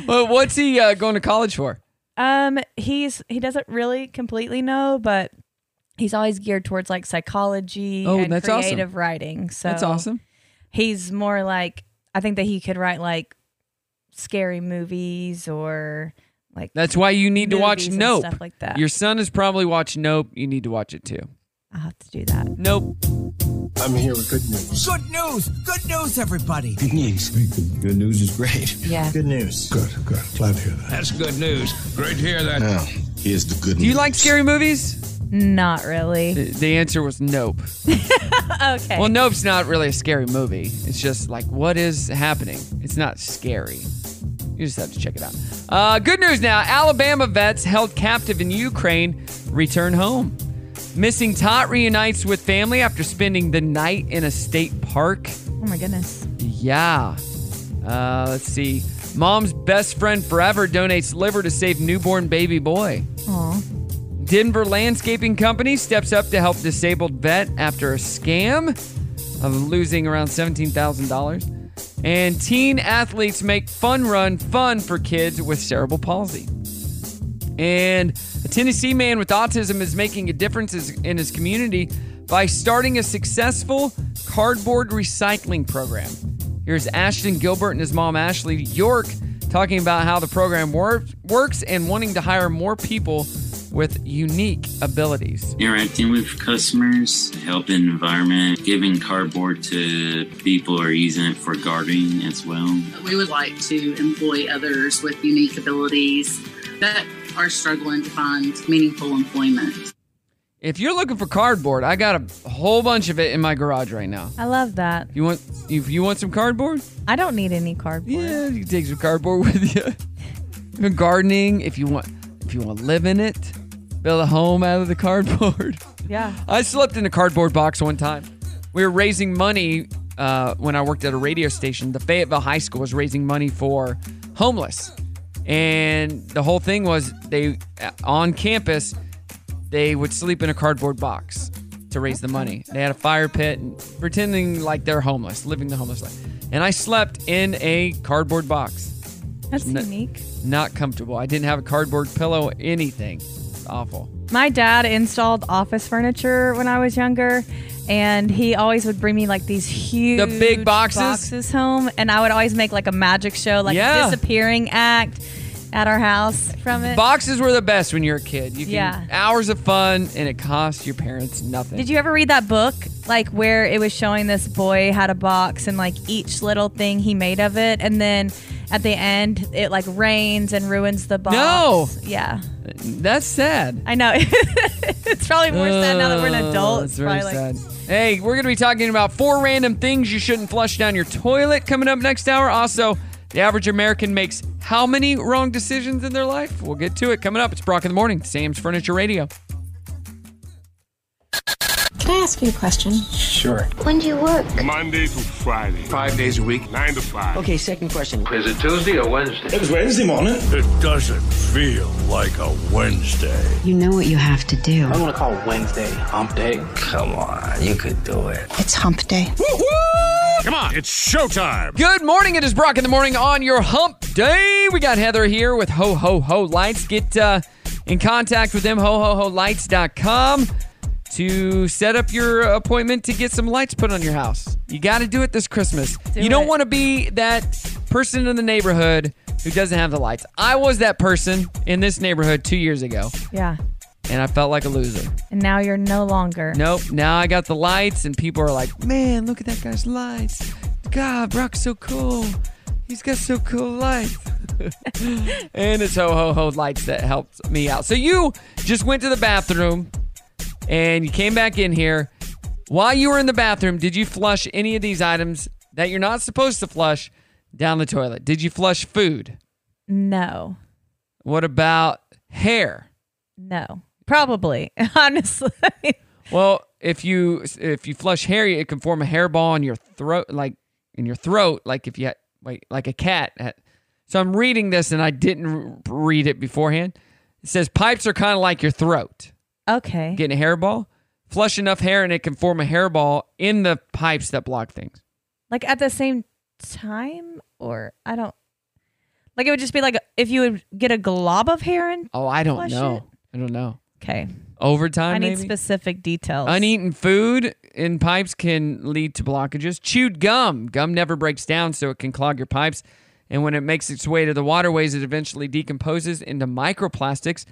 [SPEAKER 1] Well, what's he uh, going to college for?
[SPEAKER 7] um, he's he doesn't really completely know, but he's always geared towards like psychology
[SPEAKER 1] Oh,
[SPEAKER 7] and
[SPEAKER 1] that's awesome.
[SPEAKER 7] creative writing. So
[SPEAKER 1] That's awesome.
[SPEAKER 7] he's more like I think that he could write like scary movies or like
[SPEAKER 1] That's why you need to watch
[SPEAKER 7] movies and
[SPEAKER 1] Nope.
[SPEAKER 7] stuff like that.
[SPEAKER 1] Your son has probably watched Nope. You need to watch it too.
[SPEAKER 7] I'll have to do that.
[SPEAKER 1] Nope.
[SPEAKER 10] I'm here with good news.
[SPEAKER 6] Good news! Good news, everybody!
[SPEAKER 10] Good news. Good, news is great.
[SPEAKER 7] Yeah.
[SPEAKER 10] Good news. Good, good. Glad to hear that.
[SPEAKER 6] That's good news. Great to hear that.
[SPEAKER 10] Now, here's the good
[SPEAKER 1] Do you like scary movies?
[SPEAKER 7] Not really.
[SPEAKER 1] The- The answer was Nope.
[SPEAKER 7] Okay.
[SPEAKER 1] Well, Nope's not really a scary movie. It's just like, what is happening? It's not scary. You just have to check it out. Uh, good news now Alabama vets held captive in Ukraine return home. Missing tot reunites with family after spending the night in a state park.
[SPEAKER 7] oh my goodness.
[SPEAKER 1] Yeah. Uh, let's see. Mom's best friend forever donates liver to save newborn baby boy.
[SPEAKER 7] Aw.
[SPEAKER 1] Denver Landscaping Company steps up to help disabled vet after a scam of losing around $17,000. And teen athletes make Fun Run fun for kids with cerebral palsy. And a Tennessee man with autism is making a difference is- in his community by starting a successful cardboard recycling program. Here's Ashton Gilbert and his mom, Ashley York, talking about how the program wor- works and wanting to hire more people with unique abilities.
[SPEAKER 13] interacting with customers, helping the environment, giving cardboard to people who are using it for gardening as well.
[SPEAKER 14] We would like to employ others with unique abilities that are struggling to find meaningful employment.
[SPEAKER 1] If you're looking for cardboard, I got a whole bunch of it in my garage right now.
[SPEAKER 7] I love that.
[SPEAKER 1] You want if you want some cardboard?
[SPEAKER 7] I don't need any cardboard.
[SPEAKER 1] Yeah, you take some cardboard *laughs* with you. Even gardening, if you want if you want to live in it, build a home out of the cardboard. *laughs*
[SPEAKER 7] Yeah.
[SPEAKER 1] I slept in a cardboard box one time. We were raising money uh, when I worked at a radio station. The Fayetteville High School was raising money for homeless, and the whole thing was they uh, on campus they would sleep in a cardboard box to raise the money. They had a fire pit, and pretending like they're homeless, living the homeless life. And I slept in a cardboard box.
[SPEAKER 7] That's
[SPEAKER 1] N-
[SPEAKER 7] unique.
[SPEAKER 1] Not comfortable. I didn't have a cardboard pillow, anything. It's awful.
[SPEAKER 7] My dad installed office furniture when I was younger, and he always would bring me like these huge
[SPEAKER 1] The big boxes?
[SPEAKER 7] home, and I would always make like a magic show, like
[SPEAKER 1] Yeah.
[SPEAKER 7] a disappearing act at our house from it.
[SPEAKER 1] Boxes were the best when you're a kid. You can
[SPEAKER 7] Yeah.
[SPEAKER 1] hours of fun, and it costs your parents nothing.
[SPEAKER 7] Did you ever read that book, like where it was showing this boy had a box and like each little thing he made of it, and then at the end it like rains and ruins the box.
[SPEAKER 1] No.
[SPEAKER 7] yeah,
[SPEAKER 1] That's sad.
[SPEAKER 7] I know. *laughs* it's probably more sad now that we're an adult.
[SPEAKER 1] Oh, It's
[SPEAKER 7] It's
[SPEAKER 1] very
[SPEAKER 7] probably
[SPEAKER 1] sad.
[SPEAKER 7] like-
[SPEAKER 1] Hey, we're going to be talking about four random things you shouldn't flush down your toilet coming up next hour. Also, the average American makes how many wrong decisions in their life? We'll get to it coming up. It's Brock in the Morning, Sam's Furniture Radio.
[SPEAKER 15] Can I ask you a question?
[SPEAKER 2] Sure.
[SPEAKER 15] When do you work?
[SPEAKER 2] Monday to Friday. Five days a week. Nine to five.
[SPEAKER 15] Okay, second question.
[SPEAKER 2] Is it Tuesday or Wednesday? It's Wednesday morning.
[SPEAKER 16] It doesn't feel like a Wednesday.
[SPEAKER 15] You know what you have to do. I want to call
[SPEAKER 16] Wednesday hump day? Come on, you could do it.
[SPEAKER 15] It's hump day.
[SPEAKER 1] Come on, it's showtime. Good morning. It is Brock in the morning on your hump day. We got Heather here with Ho Ho Ho Lights. Get uh, in contact with them, ho ho ho lights.com, to set up your appointment to get some lights put on your house. You got to do it this Christmas. you don't want to be that person in the neighborhood who doesn't have the lights. I was that person in this neighborhood two years ago,
[SPEAKER 7] yeah.
[SPEAKER 1] and I felt like a loser.
[SPEAKER 7] And now you're no longer.
[SPEAKER 1] Nope. Now I got the lights, and people are like, man, look at that guy's lights. God, Brock's so cool. He's got so cool lights. *laughs* and it's ho ho ho lights that helped me out. So you just went to the bathroom and you came back in here. While you were in the bathroom, did you flush any of these items that you're not supposed to flush down the toilet? Did you flush food?
[SPEAKER 7] No.
[SPEAKER 1] What about hair?
[SPEAKER 7] No. Probably. *laughs* Honestly.
[SPEAKER 1] Well, if you if you flush hair, it can form a hairball in your throat, like in your throat, like if you had, like like a cat. had- So I'm reading this and I didn't r- read it beforehand. It says pipes are kind of like your throat.
[SPEAKER 7] Okay.
[SPEAKER 1] Getting a hairball, flush enough hair and it can form a hairball in the pipes that block things.
[SPEAKER 7] Like at the same time, or I don't. Like it would just be like if you would get a glob of hair and.
[SPEAKER 1] Oh, I don't
[SPEAKER 7] Flush
[SPEAKER 1] know. I don't know.
[SPEAKER 7] Okay.
[SPEAKER 1] Overtime.
[SPEAKER 7] I need
[SPEAKER 1] maybe?
[SPEAKER 7] specific details.
[SPEAKER 1] Uneaten food in pipes can lead to blockages. Chewed gum. Gum never breaks down, so it can clog your pipes. And when it makes its way to the waterways, it eventually decomposes into microplastics.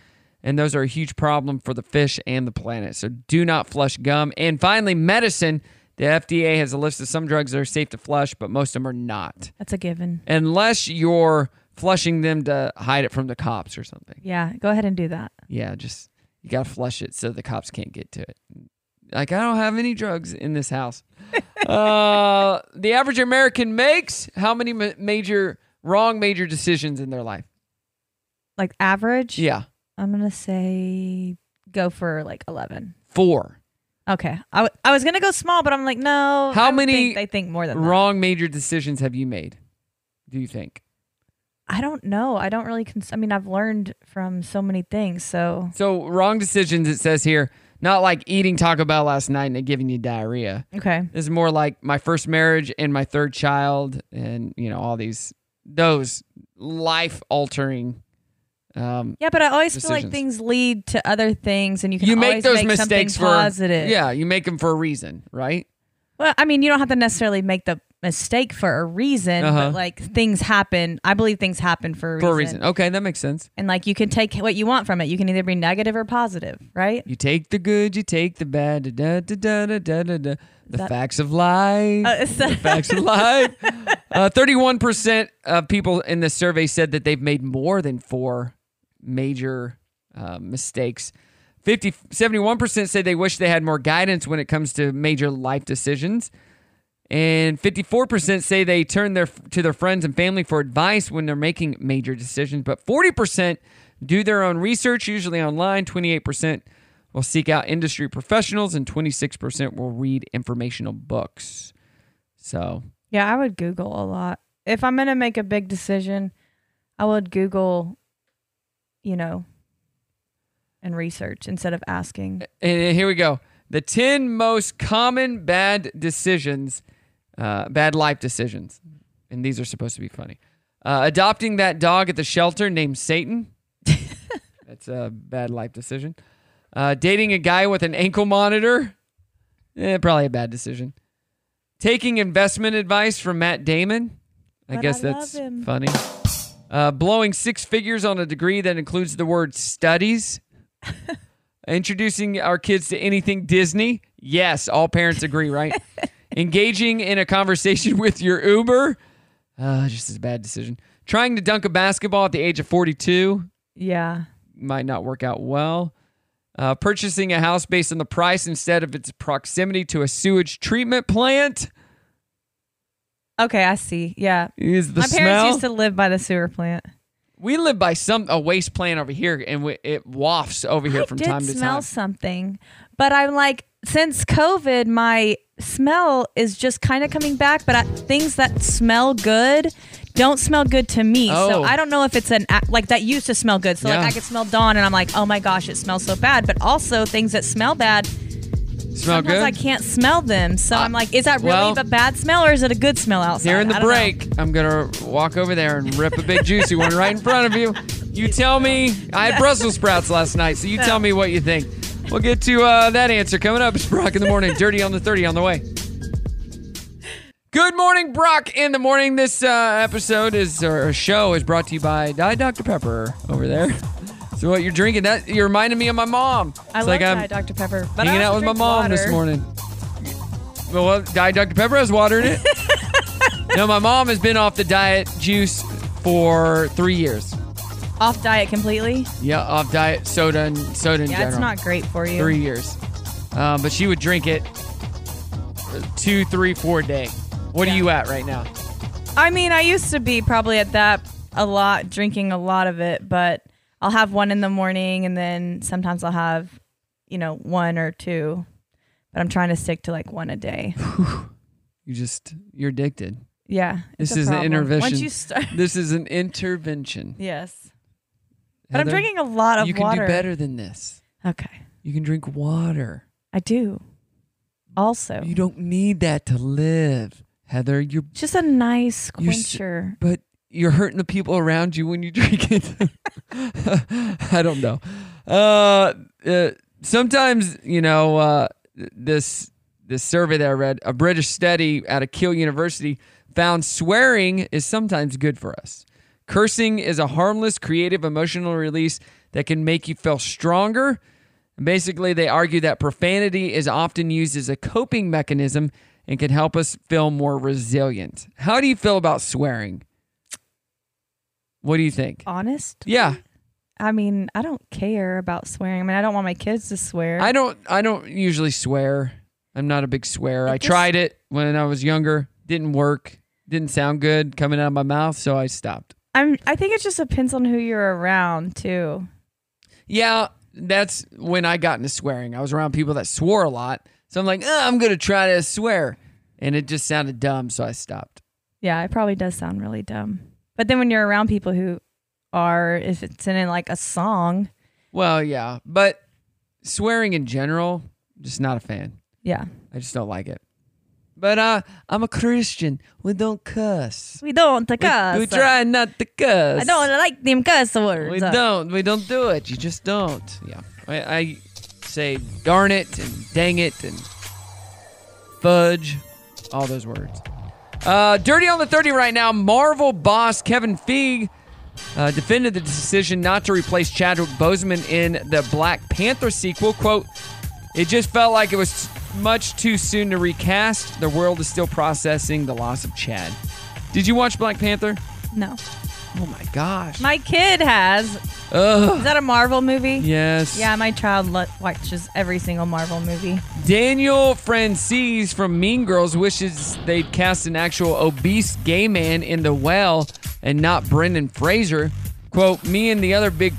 [SPEAKER 1] And those are a huge problem for the fish and the planet. So do not flush gum. And finally, medicine. The FDA has a list of some drugs that are safe to flush, but most of them are not.
[SPEAKER 7] That's a given.
[SPEAKER 1] Unless you're flushing them to hide it from the cops or something.
[SPEAKER 7] Yeah. Go ahead and do that.
[SPEAKER 1] Yeah, just you gotta flush it so the cops can't get to it. Like I don't have any drugs in this house. uh, the average American makes how many ma- major wrong major decisions in their life?
[SPEAKER 7] Like average.
[SPEAKER 1] Yeah,
[SPEAKER 7] I'm gonna say go for like 11.
[SPEAKER 1] four.
[SPEAKER 7] Okay. I, w- I was gonna go small, but I'm like no. I
[SPEAKER 1] How
[SPEAKER 7] don't
[SPEAKER 1] many
[SPEAKER 7] think they think more than that.
[SPEAKER 1] wrong major decisions have you made? Do you think?
[SPEAKER 7] I don't know. I don't really. Cons- I mean, I've learned from so many things. So
[SPEAKER 1] So wrong decisions. It says here, not like eating Taco Bell last night and it giving you diarrhea.
[SPEAKER 7] okay.
[SPEAKER 1] This is more like my first marriage and my third child, and you know all these those life altering. Um,
[SPEAKER 7] Yeah, but I always feel like
[SPEAKER 1] decisions.
[SPEAKER 7] things lead to other things, and you can
[SPEAKER 1] you make
[SPEAKER 7] always
[SPEAKER 1] those
[SPEAKER 7] make something
[SPEAKER 1] mistakes for
[SPEAKER 7] positive.
[SPEAKER 1] yeah, you make them for a reason, right?
[SPEAKER 7] Well, I mean, you don't have to necessarily make the mistake for a reason,
[SPEAKER 1] Uh-huh.
[SPEAKER 7] but like things happen. I believe things happen for a reason.
[SPEAKER 1] For a reason. Okay, that makes sense.
[SPEAKER 7] And like you can take what you want from it. You can either be negative or positive, right? *laughs*
[SPEAKER 1] You take the good, you take the bad, da da da da da da da. The
[SPEAKER 7] That-
[SPEAKER 1] facts of life.
[SPEAKER 7] Uh, it's-
[SPEAKER 1] the facts of life. Uh, Thirty-one percent of people in the survey said that they've made more than four major uh, mistakes. 50, 71% say they wish they had more guidance when it comes to major life decisions. And 54% say they turn their to their friends and family for advice when they're making major decisions, but 40% do their own research usually online, 28% will seek out industry professionals and 26% will read informational books. So,
[SPEAKER 7] Yeah, I would Google a lot. If I'm going to make a big decision, I would Google, you know, and research instead of asking.
[SPEAKER 1] and Eh, here we go. The 10 most common bad decisions, uh, bad life decisions. And these are supposed to be funny. Uh, adopting that dog at the shelter named Satan. That's a bad life decision. Uh, dating a guy with an ankle monitor. Eh, probably a bad decision. Taking investment advice from Matt Damon. I
[SPEAKER 7] But
[SPEAKER 1] guess
[SPEAKER 7] I love
[SPEAKER 1] that's
[SPEAKER 7] him.
[SPEAKER 1] funny. Uh, blowing six figures on a degree that includes the word
[SPEAKER 7] *laughs*
[SPEAKER 1] studies. Introducing our kids to anything Disney. Yes, all parents agree,
[SPEAKER 7] *laughs*
[SPEAKER 1] right? Engaging in a conversation *laughs* with your Uber. Uh, just a bad decision. Trying to dunk a basketball at the age of 42
[SPEAKER 7] Yeah.
[SPEAKER 1] might not work out well. Uh, purchasing a house based on the price instead of its proximity to a sewage treatment plant
[SPEAKER 7] Okay, I see. Yeah.
[SPEAKER 1] is the
[SPEAKER 7] My parents
[SPEAKER 1] smell.
[SPEAKER 7] used to live by the sewer plant.
[SPEAKER 1] we live by some a waste plant over here, and we, it wafts over here *laughs*
[SPEAKER 7] I
[SPEAKER 1] from
[SPEAKER 7] did
[SPEAKER 1] time to
[SPEAKER 7] smell
[SPEAKER 1] time.
[SPEAKER 7] something, but I'm like, since COVID, my smell is just kind of coming back. But I, things that smell good don't smell good to me.
[SPEAKER 1] Oh.
[SPEAKER 7] So I don't know if it's an a- like that used to smell good. So
[SPEAKER 1] Yeah.
[SPEAKER 7] like I could smell dawn, and I'm like, oh my gosh, it smells so bad. But also things that smell bad.
[SPEAKER 1] Smell
[SPEAKER 7] Sometimes
[SPEAKER 1] good.
[SPEAKER 7] I can't smell them, so I'm like, is that really
[SPEAKER 1] well-
[SPEAKER 7] a bad smell or is it a good smell outside?
[SPEAKER 1] During
[SPEAKER 7] I
[SPEAKER 1] the
[SPEAKER 7] don't know.
[SPEAKER 1] break, I'm gonna walk over there and rip a big juicy one right in front of you. You tell me I had Brussels sprouts last night, so you
[SPEAKER 7] Oh.
[SPEAKER 1] tell me what you think. We'll get to uh, that answer coming up. It's Brock in the morning, dirty on the thirty on the way. Good morning, Brock in the morning. This uh, episode is or show is brought to you by Diet Dr Pepper over there. So what you're drinking? That you reminded me of my mom.
[SPEAKER 7] I
[SPEAKER 1] It's
[SPEAKER 7] love
[SPEAKER 1] like I'm
[SPEAKER 7] Diet Dr Pepper. But I
[SPEAKER 1] hanging out with
[SPEAKER 7] also
[SPEAKER 1] my
[SPEAKER 7] drink
[SPEAKER 1] mom this
[SPEAKER 7] water.
[SPEAKER 1] morning. Well, well, Diet Dr. Pepper has water in it.
[SPEAKER 7] *laughs*
[SPEAKER 1] no, my mom has been off the diet juice for three years.
[SPEAKER 7] Off diet completely.
[SPEAKER 1] Yeah, off diet soda and soda in
[SPEAKER 7] Yeah,
[SPEAKER 1] general.
[SPEAKER 7] it's not great for you.
[SPEAKER 1] Three years, um, but she would drink it uh, two, three, four a day. What are you at right now?
[SPEAKER 7] I mean, I used to be probably at that a lot, drinking a lot of it, but I'll have one in the morning and then sometimes I'll have, you know, one or two. But I'm trying to stick to like one a day. *sighs*
[SPEAKER 1] You just you're addicted.
[SPEAKER 7] Yeah, it's
[SPEAKER 1] This
[SPEAKER 7] a
[SPEAKER 1] is an
[SPEAKER 7] problem.
[SPEAKER 1] intervention.
[SPEAKER 7] Once you start-
[SPEAKER 1] *laughs* this is an intervention.
[SPEAKER 7] *laughs* yes. But I'm
[SPEAKER 1] Heather,
[SPEAKER 7] drinking a lot of
[SPEAKER 1] You
[SPEAKER 7] water.
[SPEAKER 1] can do better than this.
[SPEAKER 7] Okay.
[SPEAKER 1] You can drink water.
[SPEAKER 7] I do. Also,
[SPEAKER 1] You don't need that to live, Heather. You're
[SPEAKER 7] just a nice
[SPEAKER 1] you're s-
[SPEAKER 7] quencher.
[SPEAKER 1] but you're hurting the people around you *laughs* when you drink it. I don't know. Uh, uh, sometimes you know uh, th- this this survey that I read, a British study out of Kiel University found swearing is sometimes good for us. Cursing is a harmless, creative, emotional release that can make you feel stronger. Basically, they argue that profanity is often used as a coping mechanism and can help us feel more resilient. How do you feel about swearing? What do you think?
[SPEAKER 7] Oh, Honest?
[SPEAKER 1] Yeah,
[SPEAKER 7] I mean, I don't care about swearing. I mean, I don't want my kids to swear.
[SPEAKER 1] I don't. I don't usually swear. I'm not a big swearer. I
[SPEAKER 7] just-
[SPEAKER 1] tried it when I was younger. Didn't work. Didn't sound good coming out of my mouth, so I stopped.
[SPEAKER 7] I'm I think it just depends on who you're around too.
[SPEAKER 1] Yeah, that's when I got into swearing. I was around people that swore a lot, so I'm like, "Uh, I'm gonna try to swear, and it just sounded dumb, so I stopped.
[SPEAKER 7] Yeah, it probably does sound really dumb. But then when you're around people who are, if it's in like a song,
[SPEAKER 1] Well, yeah, but swearing in general, just not a fan.
[SPEAKER 7] yeah,
[SPEAKER 1] I just don't like it. But uh, I'm a Christian. We don't cuss.
[SPEAKER 7] we don't
[SPEAKER 1] We-
[SPEAKER 7] cuss.
[SPEAKER 1] We, try not to cuss.
[SPEAKER 7] I don't like them cuss words.
[SPEAKER 1] We don't. We don't do it. You just don't. Yeah. I, I say darn it and dang it and fudge, all those words. Uh, dirty on the 30 right now. Marvel boss Kevin Feige uh, defended the decision not to replace Chadwick Boseman in the Black Panther sequel. Quote, it just felt like it was much too soon to recast. The world is still processing the loss of Chad. Did you watch Black Panther?
[SPEAKER 7] No.
[SPEAKER 1] Oh my gosh.
[SPEAKER 7] My kid has.
[SPEAKER 1] Ugh.
[SPEAKER 7] Is that a Marvel movie?
[SPEAKER 1] Yes.
[SPEAKER 7] Yeah, my child lo- watches every single Marvel movie.
[SPEAKER 1] Daniel Francis from Mean Girls wishes they'd cast an actual obese gay man in the well and not Brendan Fraser. Quote, me and the other big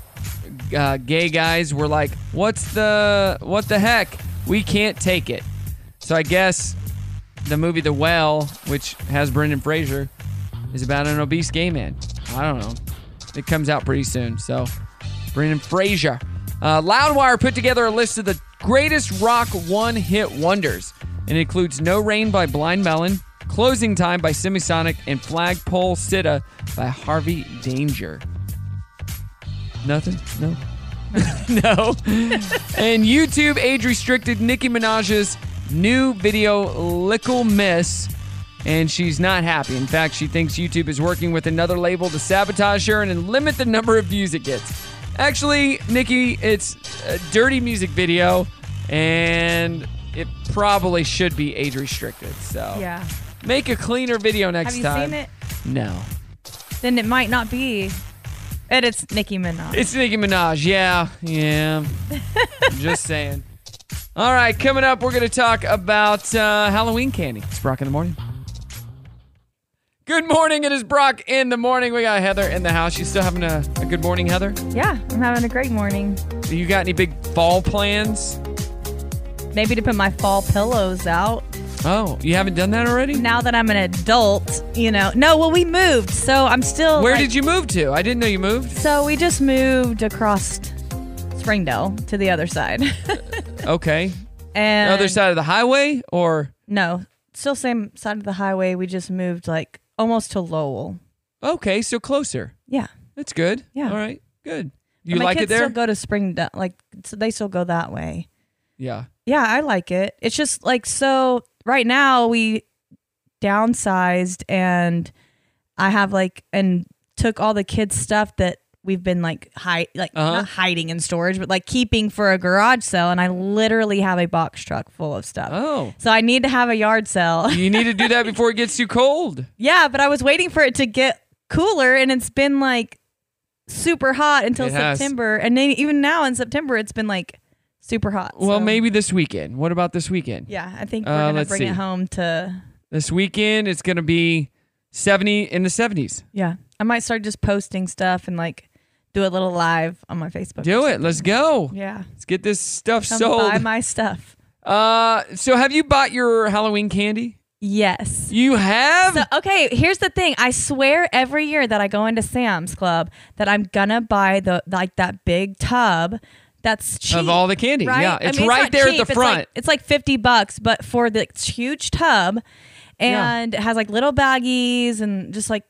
[SPEAKER 1] uh, gay guys were like, what's the, what the heck? We can't take it. So I guess the movie The Well, which has Brendan Fraser, is about an obese gay man. I don't know. It comes out pretty soon. So, Brendan Fraser. Uh, Loudwire put together a list of the greatest rock one hit wonders. It includes No Rain by Blind Melon, Closing Time by Semisonic, and Flagpole Sitta by Harvey Danger. Nothing? No. *laughs* no. and YouTube age restricted Nicki Minaj's new video, Lickle Miss, and she's not happy. In fact, she thinks YouTube is working with another label to sabotage her and limit the number of views it gets. Actually, Nicki, it's a dirty music video, and it probably should be age restricted. So
[SPEAKER 7] Yeah.
[SPEAKER 1] make a cleaner video Oh. next
[SPEAKER 7] Have you
[SPEAKER 1] time.
[SPEAKER 7] seen it?
[SPEAKER 1] No.
[SPEAKER 7] Then it might not be. And it's Nicki Minaj.
[SPEAKER 1] It's Nicki Minaj. Yeah, yeah. Just saying. All right, coming up, we're going to talk about uh, Halloween candy. It's Brock in the morning. Good morning. It is Brock in the morning. We got Heather in the house. You still having a, a good morning, Heather?
[SPEAKER 7] yeah, I'm having a great morning.
[SPEAKER 1] You got any big fall plans?
[SPEAKER 7] Maybe to put my fall pillows out.
[SPEAKER 1] Oh, you haven't done that already?
[SPEAKER 7] Now that I'm an adult, you know. No, well, we moved, so I'm still.
[SPEAKER 1] Where
[SPEAKER 7] like-
[SPEAKER 1] did you move to? I didn't know you moved.
[SPEAKER 7] So we just moved across Springdale to the other side. *laughs*
[SPEAKER 1] Okay.
[SPEAKER 7] and
[SPEAKER 1] Other side of the highway or?
[SPEAKER 7] No, still same side of the highway. We just moved like almost to Lowell.
[SPEAKER 1] Okay, so closer.
[SPEAKER 7] Yeah.
[SPEAKER 1] That's good.
[SPEAKER 7] Yeah.
[SPEAKER 1] All right, good.
[SPEAKER 7] But
[SPEAKER 1] You
[SPEAKER 7] my
[SPEAKER 1] like
[SPEAKER 7] kids
[SPEAKER 1] it there?
[SPEAKER 7] Still go to Springdale. Like so they still go that way.
[SPEAKER 1] yeah.
[SPEAKER 7] Yeah, I like it. It's just like so right now we downsized and I have like and took all the kids stuff that we've been like hide like
[SPEAKER 1] Uh-huh.
[SPEAKER 7] not hiding in storage but like keeping for a garage sale and I literally have a box truck full of stuff.
[SPEAKER 1] Oh.
[SPEAKER 7] So I need to have a yard sale.
[SPEAKER 1] You need to do that before it gets too cold.
[SPEAKER 7] *laughs* yeah, but I was waiting for it to get cooler and it's been like super hot until
[SPEAKER 1] It has.
[SPEAKER 7] September and then even now in September it's been like super hot.
[SPEAKER 1] Well,
[SPEAKER 7] so-
[SPEAKER 1] maybe this weekend. What about this weekend?
[SPEAKER 7] Yeah, I think we're
[SPEAKER 1] Uh,
[SPEAKER 7] gonna
[SPEAKER 1] let's
[SPEAKER 7] bring
[SPEAKER 1] see.
[SPEAKER 7] it home to
[SPEAKER 1] This weekend it's going to be 70 in the 70s.
[SPEAKER 7] yeah. I might start just posting stuff and like do a little live on my Facebook.
[SPEAKER 1] Do it. Let's go.
[SPEAKER 7] Yeah.
[SPEAKER 1] Let's get this stuff
[SPEAKER 7] Come
[SPEAKER 1] sold.
[SPEAKER 7] buy my stuff.
[SPEAKER 1] uh so have you bought your Halloween candy?
[SPEAKER 7] Yes.
[SPEAKER 1] You have?
[SPEAKER 7] So okay, here's the thing. I swear every year that I go into Sam's Club that I'm gonna buy the like that big tub. That's cheap
[SPEAKER 1] Of all the candy.
[SPEAKER 7] right?
[SPEAKER 1] Yeah,
[SPEAKER 7] I
[SPEAKER 1] it's
[SPEAKER 7] mean,
[SPEAKER 1] right
[SPEAKER 7] not
[SPEAKER 1] there at
[SPEAKER 7] cheap.
[SPEAKER 1] the
[SPEAKER 7] It's like-
[SPEAKER 1] front.
[SPEAKER 7] It's like, fifty bucks, but for the huge tub,
[SPEAKER 1] Yeah.
[SPEAKER 7] and it has like little baggies and just like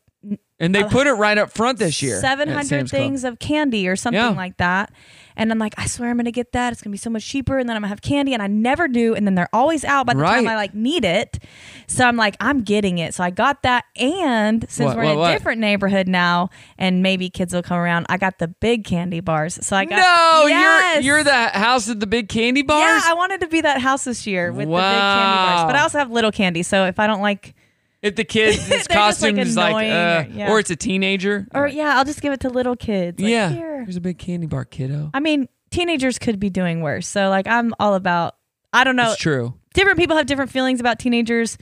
[SPEAKER 1] and they put it right up front this year. at
[SPEAKER 7] uh, Seven hundred
[SPEAKER 1] Sam's Club.
[SPEAKER 7] things of candy or something
[SPEAKER 1] Yeah.
[SPEAKER 7] like that. And I'm like, I swear I'm gonna get that. It's gonna be so much cheaper, and then I'm gonna have candy, and I never do. And then they're always out by the time
[SPEAKER 1] Right.
[SPEAKER 7] I like need it. So I'm like, I'm getting it. So I got that, and since
[SPEAKER 1] What,
[SPEAKER 7] we're in
[SPEAKER 1] what, what?
[SPEAKER 7] a different neighborhood now, and maybe kids will come around, I got the big candy bars. So I got
[SPEAKER 1] No,
[SPEAKER 7] Yes!
[SPEAKER 1] you're you're the house of the big candy bars?
[SPEAKER 7] Yeah, I wanted to be that house this year with the big candy bars,
[SPEAKER 1] Wow.
[SPEAKER 7] but I also have little candy. So if I don't like,
[SPEAKER 1] if the
[SPEAKER 7] *laughs*
[SPEAKER 1] kid's
[SPEAKER 7] They're just, like,
[SPEAKER 1] costume is like
[SPEAKER 7] annoying
[SPEAKER 1] uh,
[SPEAKER 7] or- yeah.
[SPEAKER 1] or it's a teenager.
[SPEAKER 7] or yeah, I'll just give it to little kids. Like,
[SPEAKER 1] yeah.
[SPEAKER 7] here.
[SPEAKER 1] Here's a big candy bar, kiddo.
[SPEAKER 7] I mean, teenagers could be doing worse. So like I'm all about I don't know.
[SPEAKER 1] It's true.
[SPEAKER 7] Different people have different feelings about teenagers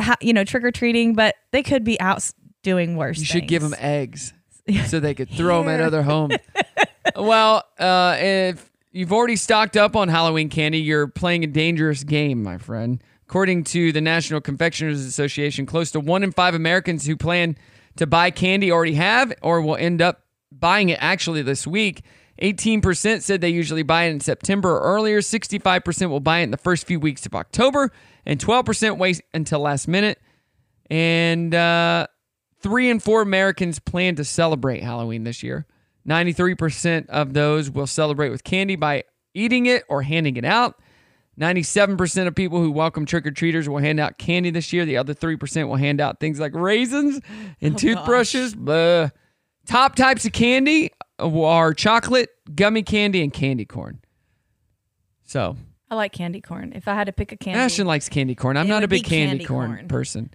[SPEAKER 7] ha you know, trick or treating, but they could be out s- doing worse.
[SPEAKER 1] You should give them eggs so they could throw them at
[SPEAKER 7] Here.
[SPEAKER 1] other homes. well, uh, if you've already stocked up on Halloween candy, you're playing a dangerous game, my friend. According to the National Confectioners Association, close to one in five Americans who plan to buy candy already have or will end up buying it actually this week. 18% said they usually buy it in September or earlier. 65% will buy it in the first few weeks of October, and 12% wait until last minute. And uh, three and four Americans plan to celebrate Halloween this year. 93% of those will celebrate with candy by eating it or handing it out. 97% of people who welcome trick or treaters will hand out candy this year. The other 3% will hand out things like raisins and toothbrushes. Blah. Top types of candy are chocolate, gummy candy, and candy corn. So,
[SPEAKER 7] I like candy corn. If I had to pick a candy,
[SPEAKER 1] Ashton likes candy corn. I'm
[SPEAKER 7] It
[SPEAKER 1] not a
[SPEAKER 7] would be
[SPEAKER 1] big candy,
[SPEAKER 7] candy
[SPEAKER 1] corn,
[SPEAKER 7] corn.
[SPEAKER 1] person.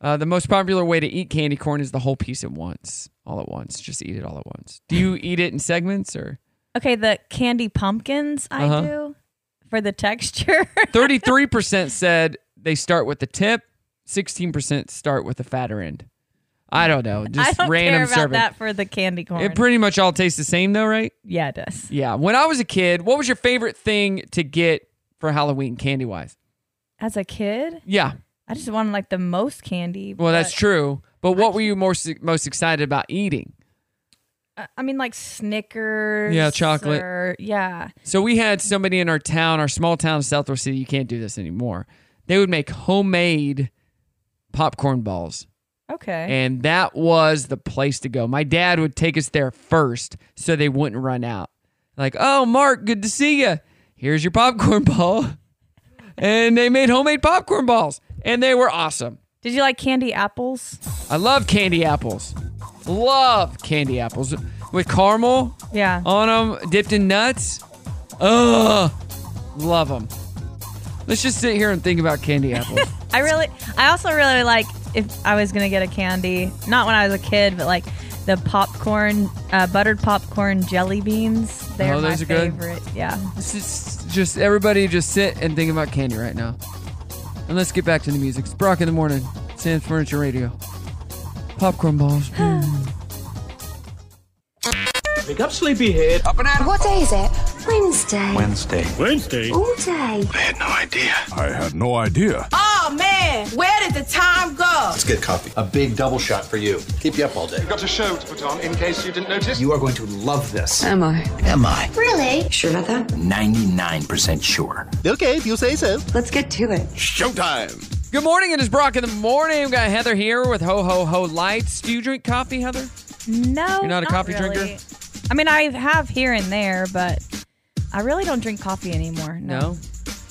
[SPEAKER 1] Uh, the most popular way to eat candy corn is the whole piece at once, all at once. Just eat it all at once. Do
[SPEAKER 7] *laughs*
[SPEAKER 1] you eat it in segments or?
[SPEAKER 7] Okay, the candy pumpkins I
[SPEAKER 1] Uh-huh.
[SPEAKER 7] do for the texture. *laughs*
[SPEAKER 1] 33% said they start with the tip, 16% start with the fatter end. I don't know. Just
[SPEAKER 7] I don't
[SPEAKER 1] random
[SPEAKER 7] care about
[SPEAKER 1] serving.
[SPEAKER 7] that for the candy corn.
[SPEAKER 1] It pretty much all tastes the same though, right?
[SPEAKER 7] yeah, it does.
[SPEAKER 1] Yeah. When I was a kid, what was your favorite thing to get for Halloween candy wise?
[SPEAKER 7] As a kid,
[SPEAKER 1] Yeah.
[SPEAKER 7] I just wanted like the most candy.
[SPEAKER 1] Well, that's
[SPEAKER 7] but-
[SPEAKER 1] true. But what were you most most excited about eating?
[SPEAKER 7] I- I mean, like Snickers.
[SPEAKER 1] Yeah, chocolate.
[SPEAKER 7] or- yeah.
[SPEAKER 1] So we had somebody in our town, our small town of Southwest City, you can't do this anymore. They would make homemade popcorn balls.
[SPEAKER 7] Okay.
[SPEAKER 1] And that was the place to go. My dad would take us there first so they wouldn't run out. Like, oh, Mark, good to see you. Here's your popcorn *laughs* ball. and they made homemade popcorn balls, and they were awesome.
[SPEAKER 7] Did you like candy apples?
[SPEAKER 1] I love candy apples. Love candy apples with caramel
[SPEAKER 7] Yeah.
[SPEAKER 1] on them, dipped in nuts. Ugh, love them. Let's just sit here and think about candy apples.
[SPEAKER 7] I really, I also really like if I was gonna get a candy, not when I was a kid, but like the popcorn, uh, buttered popcorn jelly beans. They're
[SPEAKER 1] Oh, those
[SPEAKER 7] my
[SPEAKER 1] are good.
[SPEAKER 7] favorite. Yeah.
[SPEAKER 1] This is just everybody just sit and think about candy right now. And let's get back to the music. It's Brock in the morning, Sans Furniture Radio. Popcorn balls.
[SPEAKER 17] Wake up, sleepyhead. Up and out.
[SPEAKER 15] What day is it? Wednesday.
[SPEAKER 16] Wednesday. Wednesday?
[SPEAKER 15] All day.
[SPEAKER 16] had no idea. I had no idea.
[SPEAKER 3] Oh man, where did the time go?
[SPEAKER 10] get coffee. A big double shot for you. Keep you up all day. You've got a show to put on in case you didn't notice. You are going to love this.
[SPEAKER 15] Am I?
[SPEAKER 10] Am I?
[SPEAKER 15] Really? Sure about that?
[SPEAKER 10] 99% sure.
[SPEAKER 15] Okay, if you say so. Let's get to it.
[SPEAKER 10] Showtime.
[SPEAKER 1] Good morning, it is Brock in the morning. We've got Heather here with Ho Ho Ho Lights. Do you drink coffee, Heather?
[SPEAKER 7] No.
[SPEAKER 1] You're not a coffee drinker?
[SPEAKER 7] I mean, I have here and there, but I really don't drink coffee anymore. No.
[SPEAKER 1] No.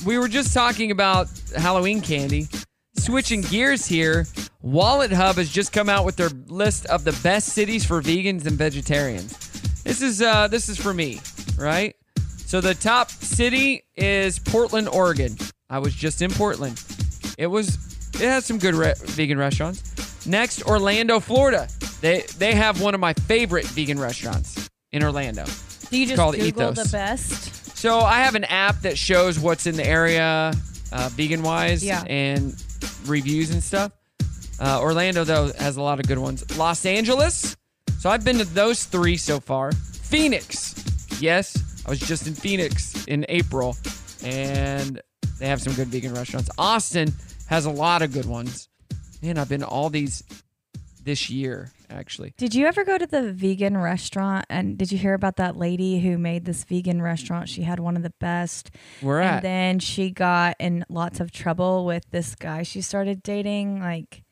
[SPEAKER 1] We were just talking about Halloween candy. Switching gears here, Wallet Hub has just come out with their list of the best cities for vegans and vegetarians. This is uh, this is for me, right? So the top city is Portland, Oregon. I was just in Portland. It was it has some good re- vegan restaurants. Next, Orlando, Florida. They they have one of my favorite vegan restaurants in Orlando.
[SPEAKER 7] Do you
[SPEAKER 1] It's
[SPEAKER 7] just
[SPEAKER 1] called
[SPEAKER 7] Google
[SPEAKER 1] Ethos.
[SPEAKER 7] the best?
[SPEAKER 1] So I have an app that shows what's in the area, uh, vegan wise,
[SPEAKER 7] Yeah.
[SPEAKER 1] and reviews and stuff. Uh, Orlando though has a lot of good ones. Los Angeles. So I've been to those three so far. Phoenix. Yes, I was just in Phoenix in April, and they have some good vegan restaurants. Austin has a lot of good ones. Man, I've been to all these this year actually.
[SPEAKER 7] Did you ever go to the vegan restaurant? And did you hear about that lady who made this vegan restaurant? She had one of the best.
[SPEAKER 1] Where
[SPEAKER 7] and
[SPEAKER 1] at?
[SPEAKER 7] then she got in lots of trouble with this guy she started dating. Like,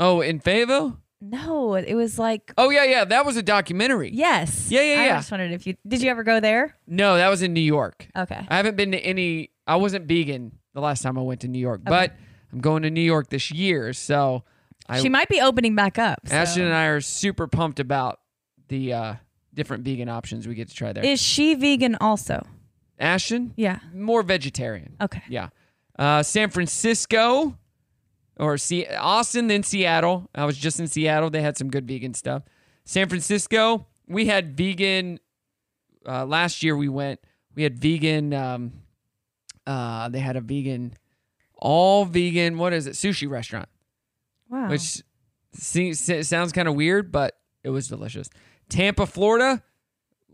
[SPEAKER 1] Oh, in Fayetteville.
[SPEAKER 7] no, it was like,
[SPEAKER 1] Oh yeah, yeah. That was a documentary.
[SPEAKER 7] yes.
[SPEAKER 1] Yeah, yeah,
[SPEAKER 7] I
[SPEAKER 1] yeah.
[SPEAKER 7] just wondered if you did you ever go there?
[SPEAKER 1] No, that was in New York.
[SPEAKER 7] Okay.
[SPEAKER 1] I haven't been to any. I wasn't vegan the last time I went to New York, but I'm going to New York this year, so I,
[SPEAKER 7] she might be opening back up. so-
[SPEAKER 1] Ashton and I are super pumped about the uh, different vegan options we get to try there.
[SPEAKER 7] Is she vegan also?
[SPEAKER 1] Ashton?
[SPEAKER 7] Yeah.
[SPEAKER 1] More vegetarian.
[SPEAKER 7] Okay.
[SPEAKER 1] Yeah. Uh, San Francisco or Se- Austin, then Seattle. I was just in Seattle. They had some good vegan stuff. San Francisco, we had vegan. Uh, last year we went, we had vegan. Um, uh, they had a vegan, all vegan, what is it? Sushi restaurant
[SPEAKER 7] Wow.
[SPEAKER 1] which seems, s- sounds kind of weird, but it was delicious. Tampa, Florida,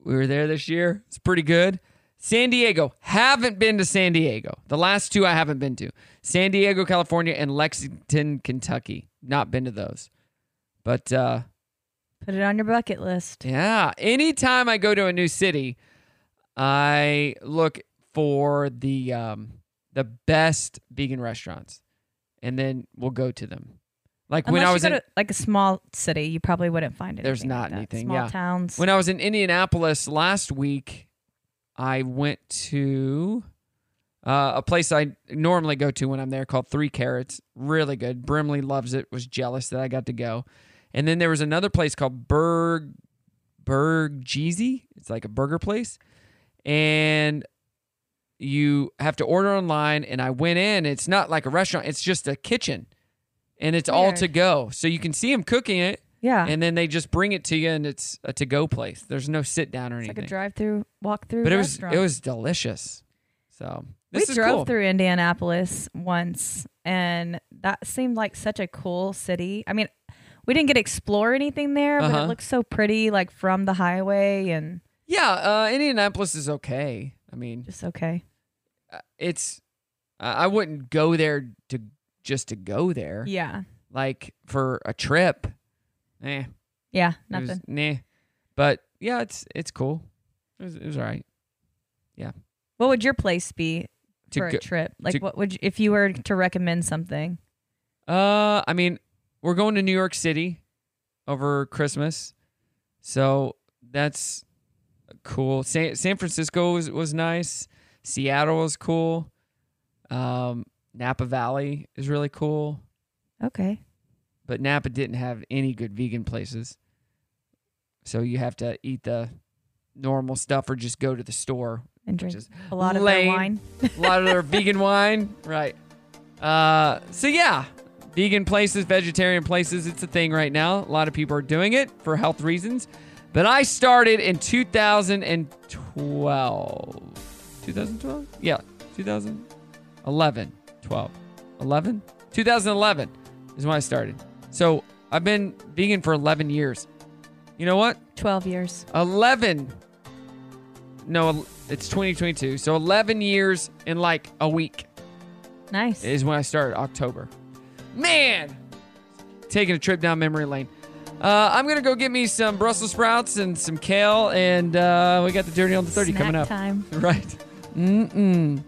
[SPEAKER 1] we were there this year. It's pretty good. San Diego, haven't been to San Diego. The last two I haven't been to San Diego, California, and Lexington, Kentucky. Not been to those. But uh,
[SPEAKER 7] Put it on your bucket list.
[SPEAKER 1] yeah, anytime I go to a new city, I look for the um, the best vegan restaurants, and then we'll go to them. Like when
[SPEAKER 7] Unless
[SPEAKER 1] I was
[SPEAKER 7] you
[SPEAKER 1] in,
[SPEAKER 7] go to like a small city, you probably wouldn't find it.
[SPEAKER 1] there's not anything.
[SPEAKER 7] Small
[SPEAKER 1] yeah.
[SPEAKER 7] towns.
[SPEAKER 1] When I was in Indianapolis last week, I went to uh, a place I normally go to when I'm there called Three Carrots. Really good. Brimley loves it. Was jealous that I got to go. And then there was another place called Berg Berg Jeezy. It's like a burger place, and you have to order online. And I went in. It's not like a restaurant. It's just a kitchen and it's all to go. So you can see them cooking it.
[SPEAKER 7] Yeah.
[SPEAKER 1] And then they just bring it to you, and it's a to go place. There's no sit down or
[SPEAKER 7] Like
[SPEAKER 1] anything.
[SPEAKER 7] a drive through, walk through.
[SPEAKER 1] but it was it was delicious. So this
[SPEAKER 7] we
[SPEAKER 1] is
[SPEAKER 7] drove
[SPEAKER 1] cool.
[SPEAKER 7] through Indianapolis once, and that seemed like such a cool city. I mean, we didn't get to explore anything there, but
[SPEAKER 1] Uh-huh.
[SPEAKER 7] it looks so pretty, like from the highway, and
[SPEAKER 1] Yeah, uh, Indianapolis is okay. I mean, uh,
[SPEAKER 7] just okay.
[SPEAKER 1] It's I I wouldn't go there to just to go there.
[SPEAKER 7] Yeah.
[SPEAKER 1] like for a trip. Eh,
[SPEAKER 7] yeah,
[SPEAKER 1] It was-
[SPEAKER 7] nothing.
[SPEAKER 1] nah, but yeah, it's it's cool. It was, it was all right. Yeah,
[SPEAKER 7] What would your place be
[SPEAKER 1] To
[SPEAKER 7] for
[SPEAKER 1] go-
[SPEAKER 7] a trip? Like,
[SPEAKER 1] to-
[SPEAKER 7] what would you, if you were to recommend something?
[SPEAKER 1] Uh, I mean, we're going to New York City over Christmas, so that's cool. San San Francisco was, was nice. Seattle was cool. Um, Napa Valley is really cool,
[SPEAKER 7] Okay.
[SPEAKER 1] but Napa didn't have any good vegan places, so you have to eat the normal stuff or just go to the store
[SPEAKER 7] And
[SPEAKER 1] which
[SPEAKER 7] drink
[SPEAKER 1] is
[SPEAKER 7] a lot of their
[SPEAKER 1] lame.
[SPEAKER 7] wine.
[SPEAKER 1] a lot of their
[SPEAKER 7] *laughs*
[SPEAKER 1] vegan wine, right? Uh, so yeah, vegan places, vegetarian places, it's a thing right now. A lot of people are doing it for health reasons. But I started in 2012. 2012? Yeah, 2011, 12, 11, 2011 is when I started. So I've been vegan for 11 years. You know what?
[SPEAKER 7] 12 years.
[SPEAKER 1] 11. No, it's 2022. So 11 years in like a week
[SPEAKER 7] Nice.
[SPEAKER 1] is when I started October. Man, taking a trip down memory lane. Uh, I'm gonna go get me some Brussels sprouts and some kale, and uh, we got the dirty on the thirty coming up.
[SPEAKER 7] time.
[SPEAKER 1] *laughs* Right. Mm-mm.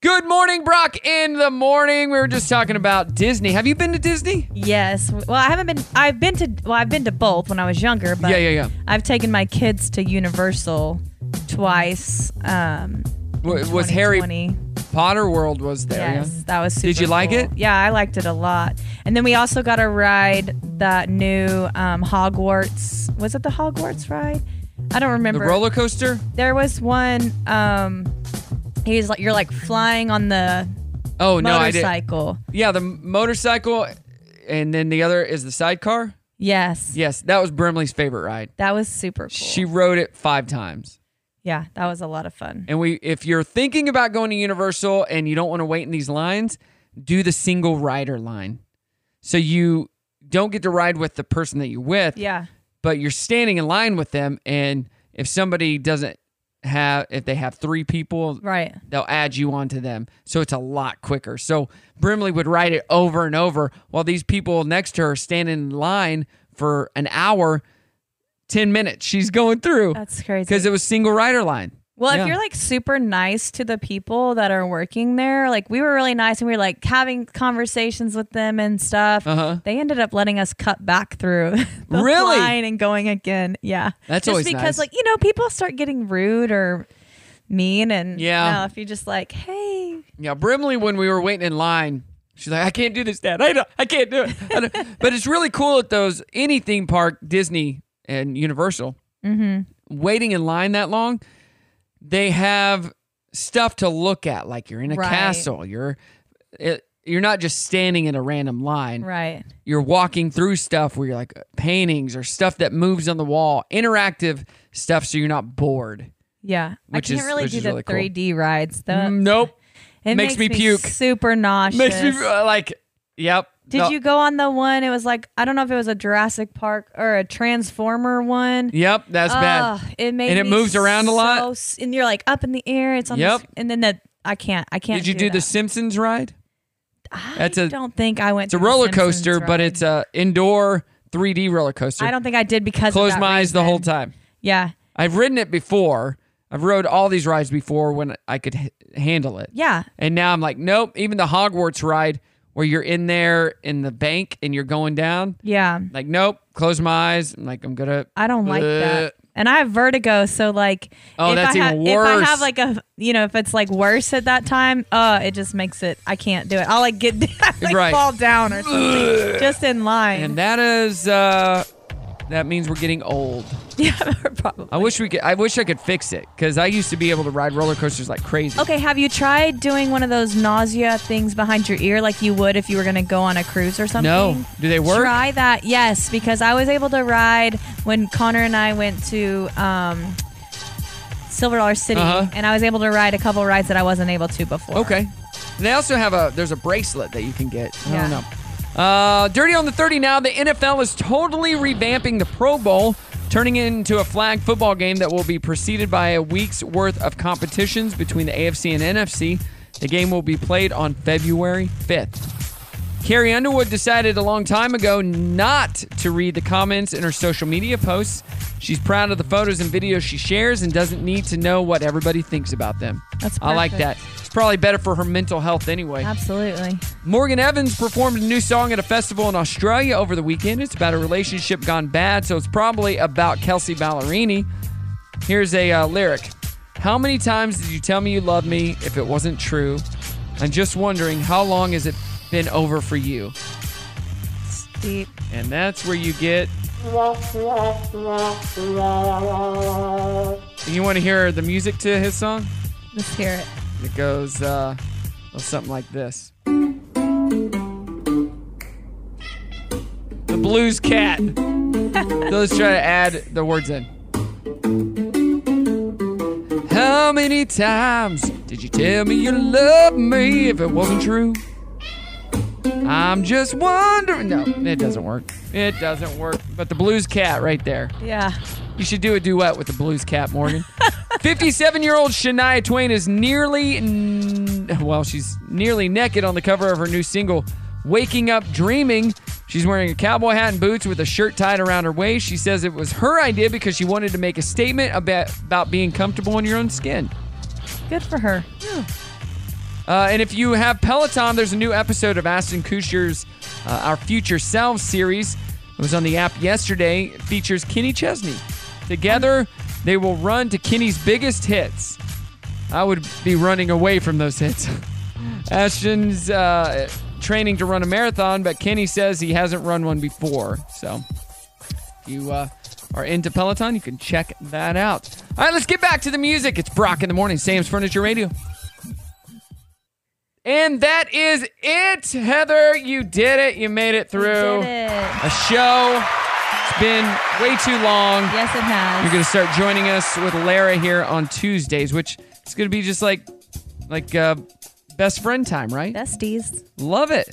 [SPEAKER 1] Good morning, Brock. In the morning, we were just talking about Disney. Have you been to Disney?
[SPEAKER 7] Yes. Well, I haven't been. I've been to. Well, I've been to both when I was younger. But
[SPEAKER 1] Yeah, yeah, yeah.
[SPEAKER 7] I've taken my kids to Universal twice. Um,
[SPEAKER 1] W-
[SPEAKER 7] in
[SPEAKER 1] was Harry
[SPEAKER 7] 2020.
[SPEAKER 1] Potter World was there? yeah?
[SPEAKER 7] Yes, that was super.
[SPEAKER 1] Did you like
[SPEAKER 7] cool.
[SPEAKER 1] it?
[SPEAKER 7] Yeah, I liked it a lot. And then we also got a ride that new um, Hogwarts. Was it the Hogwarts ride? I don't remember.
[SPEAKER 1] The roller coaster?
[SPEAKER 7] There was one. Um, he's like you're like flying on the.
[SPEAKER 1] Oh no, I did.
[SPEAKER 7] Motorcycle.
[SPEAKER 1] Yeah, the motorcycle, and then the other is the sidecar.
[SPEAKER 7] Yes,
[SPEAKER 1] Yes, that was Brimley's favorite ride.
[SPEAKER 7] that was super cool.
[SPEAKER 1] She rode it five times.
[SPEAKER 7] yeah, that was a lot of fun.
[SPEAKER 1] And we, if you're thinking about going to Universal and you don't want to wait in these lines, do the single rider line. So you don't get to ride with the person that you're with.
[SPEAKER 7] Yeah.
[SPEAKER 1] But you're standing in line with them, and if somebody doesn't have, if they have three people,
[SPEAKER 7] right,
[SPEAKER 1] they'll add you onto them. So it's a lot quicker. So Brimley would ride it over and over while these people next to her stand in line for an hour, ten minutes. She's going through.
[SPEAKER 7] That's crazy.
[SPEAKER 1] Because it was single rider line.
[SPEAKER 7] Well,
[SPEAKER 1] Yeah.
[SPEAKER 7] if you're like super nice to the people that are working there, like we were really nice and we were like having conversations with them and stuff.
[SPEAKER 1] Uh-huh.
[SPEAKER 7] They ended up letting us cut back through *laughs* the
[SPEAKER 1] Really?
[SPEAKER 7] line and going again. Yeah,
[SPEAKER 1] That's
[SPEAKER 7] just
[SPEAKER 1] always
[SPEAKER 7] because
[SPEAKER 1] nice.
[SPEAKER 7] like you know people start getting rude or mean and
[SPEAKER 1] Yeah.
[SPEAKER 7] no, if you're just like hey
[SPEAKER 1] Yeah, Brimley, when we were waiting in line, she's like, "I can't do this, Dad. I don't, I can't do it." I don't." *laughs* but it's really cool at those any theme park, Disney and Universal.
[SPEAKER 7] mm-hmm.
[SPEAKER 1] Waiting in line that long, they have stuff to look at. Like you're in a
[SPEAKER 7] Right.
[SPEAKER 1] castle. You're it, you're not just standing in a random line.
[SPEAKER 7] right
[SPEAKER 1] You're walking through stuff where you're like uh, paintings or stuff that moves on the wall, interactive stuff, so you're not bored.
[SPEAKER 7] yeah
[SPEAKER 1] Which
[SPEAKER 7] I can't
[SPEAKER 1] is-
[SPEAKER 7] really
[SPEAKER 1] which
[SPEAKER 7] do
[SPEAKER 1] is
[SPEAKER 7] the
[SPEAKER 1] really cool.
[SPEAKER 7] 3D rides though. *laughs*
[SPEAKER 1] Nope.
[SPEAKER 7] It
[SPEAKER 1] Makes me puke.
[SPEAKER 7] Super nauseous.
[SPEAKER 1] Makes me uh, like, yep.
[SPEAKER 7] Did
[SPEAKER 1] No.
[SPEAKER 7] you go on the one? It was like I don't know if it was a Jurassic Park or a Transformer one.
[SPEAKER 1] Yep, that's
[SPEAKER 7] Ugh,
[SPEAKER 1] bad.
[SPEAKER 7] It made
[SPEAKER 1] and it
[SPEAKER 7] me
[SPEAKER 1] moves around a lot.
[SPEAKER 7] so s- and you're like up in the air. It's on. the
[SPEAKER 1] Yep.
[SPEAKER 7] s- and then the I can't. I can't.
[SPEAKER 1] Did you do, the Simpsons ride? That's a
[SPEAKER 7] I don't think I went.
[SPEAKER 1] it's a
[SPEAKER 7] through the
[SPEAKER 1] roller
[SPEAKER 7] Simpsons
[SPEAKER 1] coaster, but
[SPEAKER 7] ride.
[SPEAKER 1] it's a indoor 3D roller coaster.
[SPEAKER 7] I don't think I did because
[SPEAKER 1] close
[SPEAKER 7] of that
[SPEAKER 1] my eyes the
[SPEAKER 7] reason.
[SPEAKER 1] whole time.
[SPEAKER 7] Yeah,
[SPEAKER 1] I've ridden it before. I've rode all these rides before when I could h- handle it.
[SPEAKER 7] yeah,
[SPEAKER 1] And now I'm like, nope. Even the Hogwarts ride where you're in there in the bank and you're going down,
[SPEAKER 7] yeah.
[SPEAKER 1] like, nope. Close my eyes. I'm like, I'm gonna.
[SPEAKER 7] I don't like that. And I have vertigo, so like,
[SPEAKER 1] Uh, Oh,
[SPEAKER 7] if
[SPEAKER 1] that's
[SPEAKER 7] I have,
[SPEAKER 1] even
[SPEAKER 7] If
[SPEAKER 1] worse.
[SPEAKER 7] I have like a, you know, if it's like worse at that time, uh, it just makes it. I can't do it. I'll like get, *laughs* I, like
[SPEAKER 1] Right.
[SPEAKER 7] fall down or something,
[SPEAKER 1] Ugh.
[SPEAKER 7] *laughs* just in line.
[SPEAKER 1] And that is uh, That means we're getting old. Yeah, probably. I wish we could. I wish I could fix it because I used to be able to ride roller coasters like crazy.
[SPEAKER 7] Okay, have you tried doing one of those nausea things behind your ear like you would if you were going to go on a cruise or something?
[SPEAKER 1] No. Do they work?
[SPEAKER 7] Try that, yes, because I was able to ride when Connor and I went to um, Silver Dollar City,
[SPEAKER 1] Uh-huh.
[SPEAKER 7] and I was able to ride a couple rides that I wasn't able to before.
[SPEAKER 1] Okay. And they also have a there's a bracelet that you can get. I don't
[SPEAKER 7] Yeah.
[SPEAKER 1] know. Uh, Dirty on the 30 now. The NFL is totally revamping the Pro Bowl, turning it into a flag football game that will be preceded by a week's worth of competitions between the AFC and NFC. The game will be played on February 5th. Carrie Underwood decided a long time ago not to read the comments in her social media posts. She's proud of the photos and videos she shares and doesn't need to know what everybody thinks about them.
[SPEAKER 7] That's
[SPEAKER 1] I like that.
[SPEAKER 7] perfect.
[SPEAKER 1] It's probably better for her mental health anyway.
[SPEAKER 7] Absolutely.
[SPEAKER 1] Morgan Evans performed a new song at a festival in Australia over the weekend. It's about a relationship gone bad, so it's probably about Kelsey Ballerini. Here's a uh, lyric How many times did you tell me you love me if it wasn't true? I'm just wondering, how long has it been over for you?
[SPEAKER 7] Deep.
[SPEAKER 1] And that's where you get. You want to hear the music to his song?
[SPEAKER 7] Let's hear it.
[SPEAKER 1] It goes uh, well, something like this. The blues cat. so let's try to add the words in. How many times did you tell me you loved me if it wasn't true? I'm just wondering. No, it doesn't work. It doesn't work. But the blues cat right there.
[SPEAKER 7] Yeah.
[SPEAKER 1] You should do a duet with the blues cat, Morgan. 57 year old Shania Twain is nearly, n- well, she's nearly naked on the cover of her new single, Waking Up Dreaming. She's wearing a cowboy hat and boots with a shirt tied around her waist. She says it was her idea because she wanted to make a statement about, about being comfortable in your own skin.
[SPEAKER 7] Good for her.
[SPEAKER 1] Uh, and if you have Peloton, there's a new episode of Aston Kutcher's uh, Our Future Selves series. It was on the app yesterday. It features Kenny Chesney. Together, they will run to Kenny's biggest hits. I would be running away from those hits. *laughs* Ashton's uh, training to run a marathon, but Kenny says he hasn't run one before. So if you uh, are into Peloton, you can check that out. All right, let's get back to the music. It's Brock in the morning, Sam's Furniture Radio. And that is it, Heather. You did it. You made it through a show. It's been way too long.
[SPEAKER 7] Yes, it has.
[SPEAKER 1] You're going to start joining us with Lara here on Tuesdays, which is going to be just like like uh, best friend time, right?
[SPEAKER 7] Besties.
[SPEAKER 1] Love it.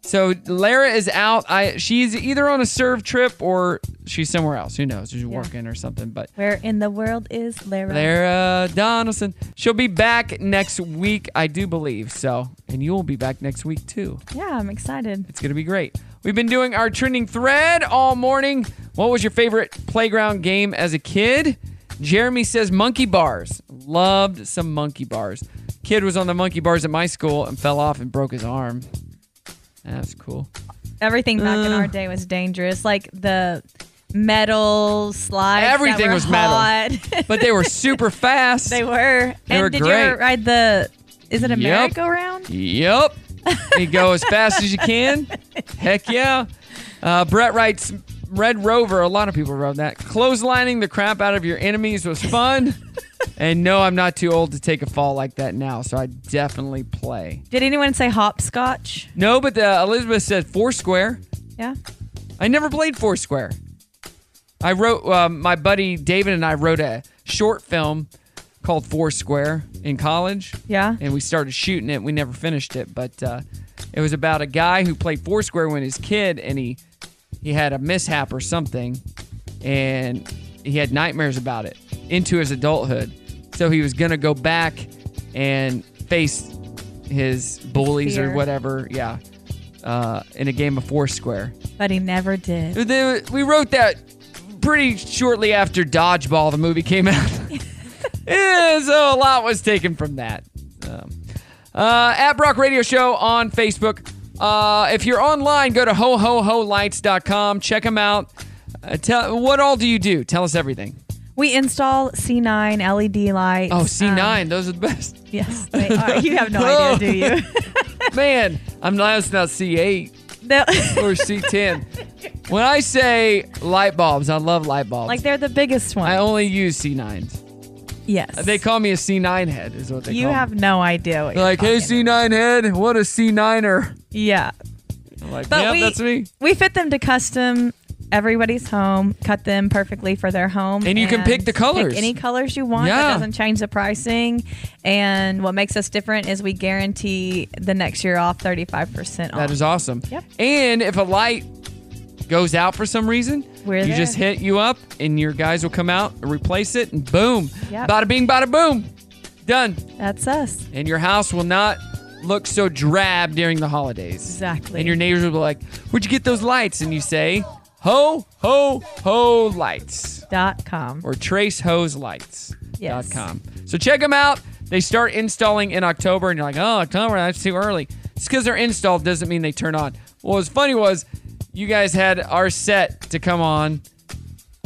[SPEAKER 1] So Lara is out. I she's either on a serve trip or she's somewhere else. Who knows? She's working or something. But
[SPEAKER 7] Where in the world is Lara?
[SPEAKER 1] Lara Donaldson, she'll be back next week, I do believe. So, and you will be back next week too.
[SPEAKER 7] Yeah, I'm excited.
[SPEAKER 1] It's going to be great. We've been doing our trending thread all morning. What was your favorite playground game as a kid? Jeremy says monkey bars. Loved some monkey bars. Kid was on the monkey bars at my school and fell off and broke his arm. That's cool.
[SPEAKER 7] Everything back in
[SPEAKER 1] Uh.
[SPEAKER 7] our day was dangerous. Like the metal slides. that
[SPEAKER 1] Everything
[SPEAKER 7] were
[SPEAKER 1] was metal,
[SPEAKER 7] hot. *laughs*
[SPEAKER 1] but they were super fast.
[SPEAKER 7] They were.
[SPEAKER 1] They
[SPEAKER 7] and
[SPEAKER 1] were
[SPEAKER 7] did you
[SPEAKER 1] great.
[SPEAKER 7] ever ride the? Is it
[SPEAKER 1] Yep.
[SPEAKER 7] a merry-go-round?
[SPEAKER 1] Yep. You go as fast as you can. Heck yeah. Uh, Brett writes Red Rover. A lot of people wrote that. Clotheslining the crap out of your enemies was fun. and no, I'm not too old to take a fall like that now, so I definitely play.
[SPEAKER 7] Did anyone say hopscotch?
[SPEAKER 1] No, but uh, Elizabeth said Foursquare.
[SPEAKER 7] Yeah.
[SPEAKER 1] I never played Foursquare. I wrote um, my buddy David and I wrote a short film called Foursquare in college.
[SPEAKER 7] Yeah.
[SPEAKER 1] and we started shooting it. We never finished it, but uh, it was about a guy who played Foursquare when he was a kid, and he he had a mishap or something, and he had nightmares about it into his adulthood. So he was gonna go back and face his bullies or
[SPEAKER 7] Fear.
[SPEAKER 1] whatever, yeah, uh, in a game of Foursquare.
[SPEAKER 7] But he never did.
[SPEAKER 1] They- We wrote that pretty shortly after Dodgeball, the movie came out. yeah, so a lot was taken from that. Um, uh, at Brock Radio Show on Facebook. Uh, if you're online, go to hohoholights.com. Check them out. Uh, tell what all do you do? Tell us everything.
[SPEAKER 7] We install C9 LED E lights. um,
[SPEAKER 1] Oh, C9, those are the best.
[SPEAKER 7] Yes, they are. You
[SPEAKER 1] *laughs*
[SPEAKER 7] have no idea, do you?
[SPEAKER 1] Man, I'm glad it's not C8
[SPEAKER 7] No.
[SPEAKER 1] or C10. When I say light bulbs, I love light bulbs.
[SPEAKER 7] *laughs* Like they're the biggest one.
[SPEAKER 1] I only use C9s.
[SPEAKER 7] Yes.
[SPEAKER 1] They call me a C9 head, is what they
[SPEAKER 7] You
[SPEAKER 1] call
[SPEAKER 7] have
[SPEAKER 1] me.
[SPEAKER 7] no idea what
[SPEAKER 1] They're
[SPEAKER 7] you're
[SPEAKER 1] like, hey, C9 head, what a C9er.
[SPEAKER 7] Yeah.
[SPEAKER 1] I'm like,
[SPEAKER 7] But
[SPEAKER 1] yeah,
[SPEAKER 7] we,
[SPEAKER 1] that's me.
[SPEAKER 7] We fit them to custom everybody's home, cut them perfectly for their home.
[SPEAKER 1] And you can pick the colors.
[SPEAKER 7] any colors you want.
[SPEAKER 1] Yeah.
[SPEAKER 7] That doesn't change the pricing. And what makes us different is we guarantee the next year off 35% off.
[SPEAKER 1] That is awesome.
[SPEAKER 7] Yep.
[SPEAKER 1] And if a light goes out for some reason,
[SPEAKER 7] We're
[SPEAKER 1] you
[SPEAKER 7] there.
[SPEAKER 1] just hit you up and your guys will come out and replace it and boom.
[SPEAKER 7] Yep.
[SPEAKER 1] Bada bing, bada boom. Done.
[SPEAKER 7] That's us.
[SPEAKER 1] And your house will not look so drab during the holidays.
[SPEAKER 7] Exactly.
[SPEAKER 1] And your neighbors will be like, Where'd you get those lights? And you say, Ho, ho, ho lights.
[SPEAKER 7] Dot com.
[SPEAKER 1] Or Trace Hose Lights.
[SPEAKER 7] Yes.
[SPEAKER 1] Dot com. So check them out. They start installing in October, and you're like, oh, October, that's too early. It's because they're installed doesn't mean they turn on. What was funny was you guys had our set to come on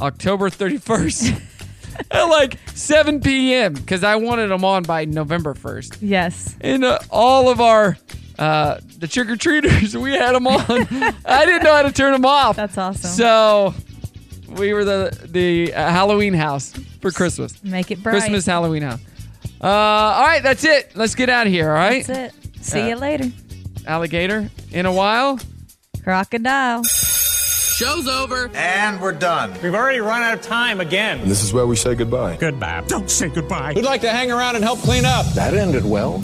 [SPEAKER 1] October 31st *laughs* at like 7 p.m. because I wanted them on by November 1st
[SPEAKER 7] Yes.
[SPEAKER 1] and uh, all of our uh, the trick or treaters, we had them on.
[SPEAKER 7] *laughs*
[SPEAKER 1] I didn't know how to turn them off. That's
[SPEAKER 7] awesome.
[SPEAKER 1] So we were the the uh, Halloween house for Christmas.
[SPEAKER 7] Make it bright.
[SPEAKER 1] Christmas Halloween house. Uh, all right, that's it. Let's get out of here. All right.
[SPEAKER 7] That's it. See you
[SPEAKER 1] Uh,
[SPEAKER 7] later.
[SPEAKER 1] Alligator. In a while.
[SPEAKER 7] Crocodile.
[SPEAKER 18] Show's over. And we're done. We've already run out of time again.
[SPEAKER 19] And this is where we say goodbye. Goodbye.
[SPEAKER 18] Don't say goodbye.
[SPEAKER 19] Who'd like to hang around and help clean up? That ended well.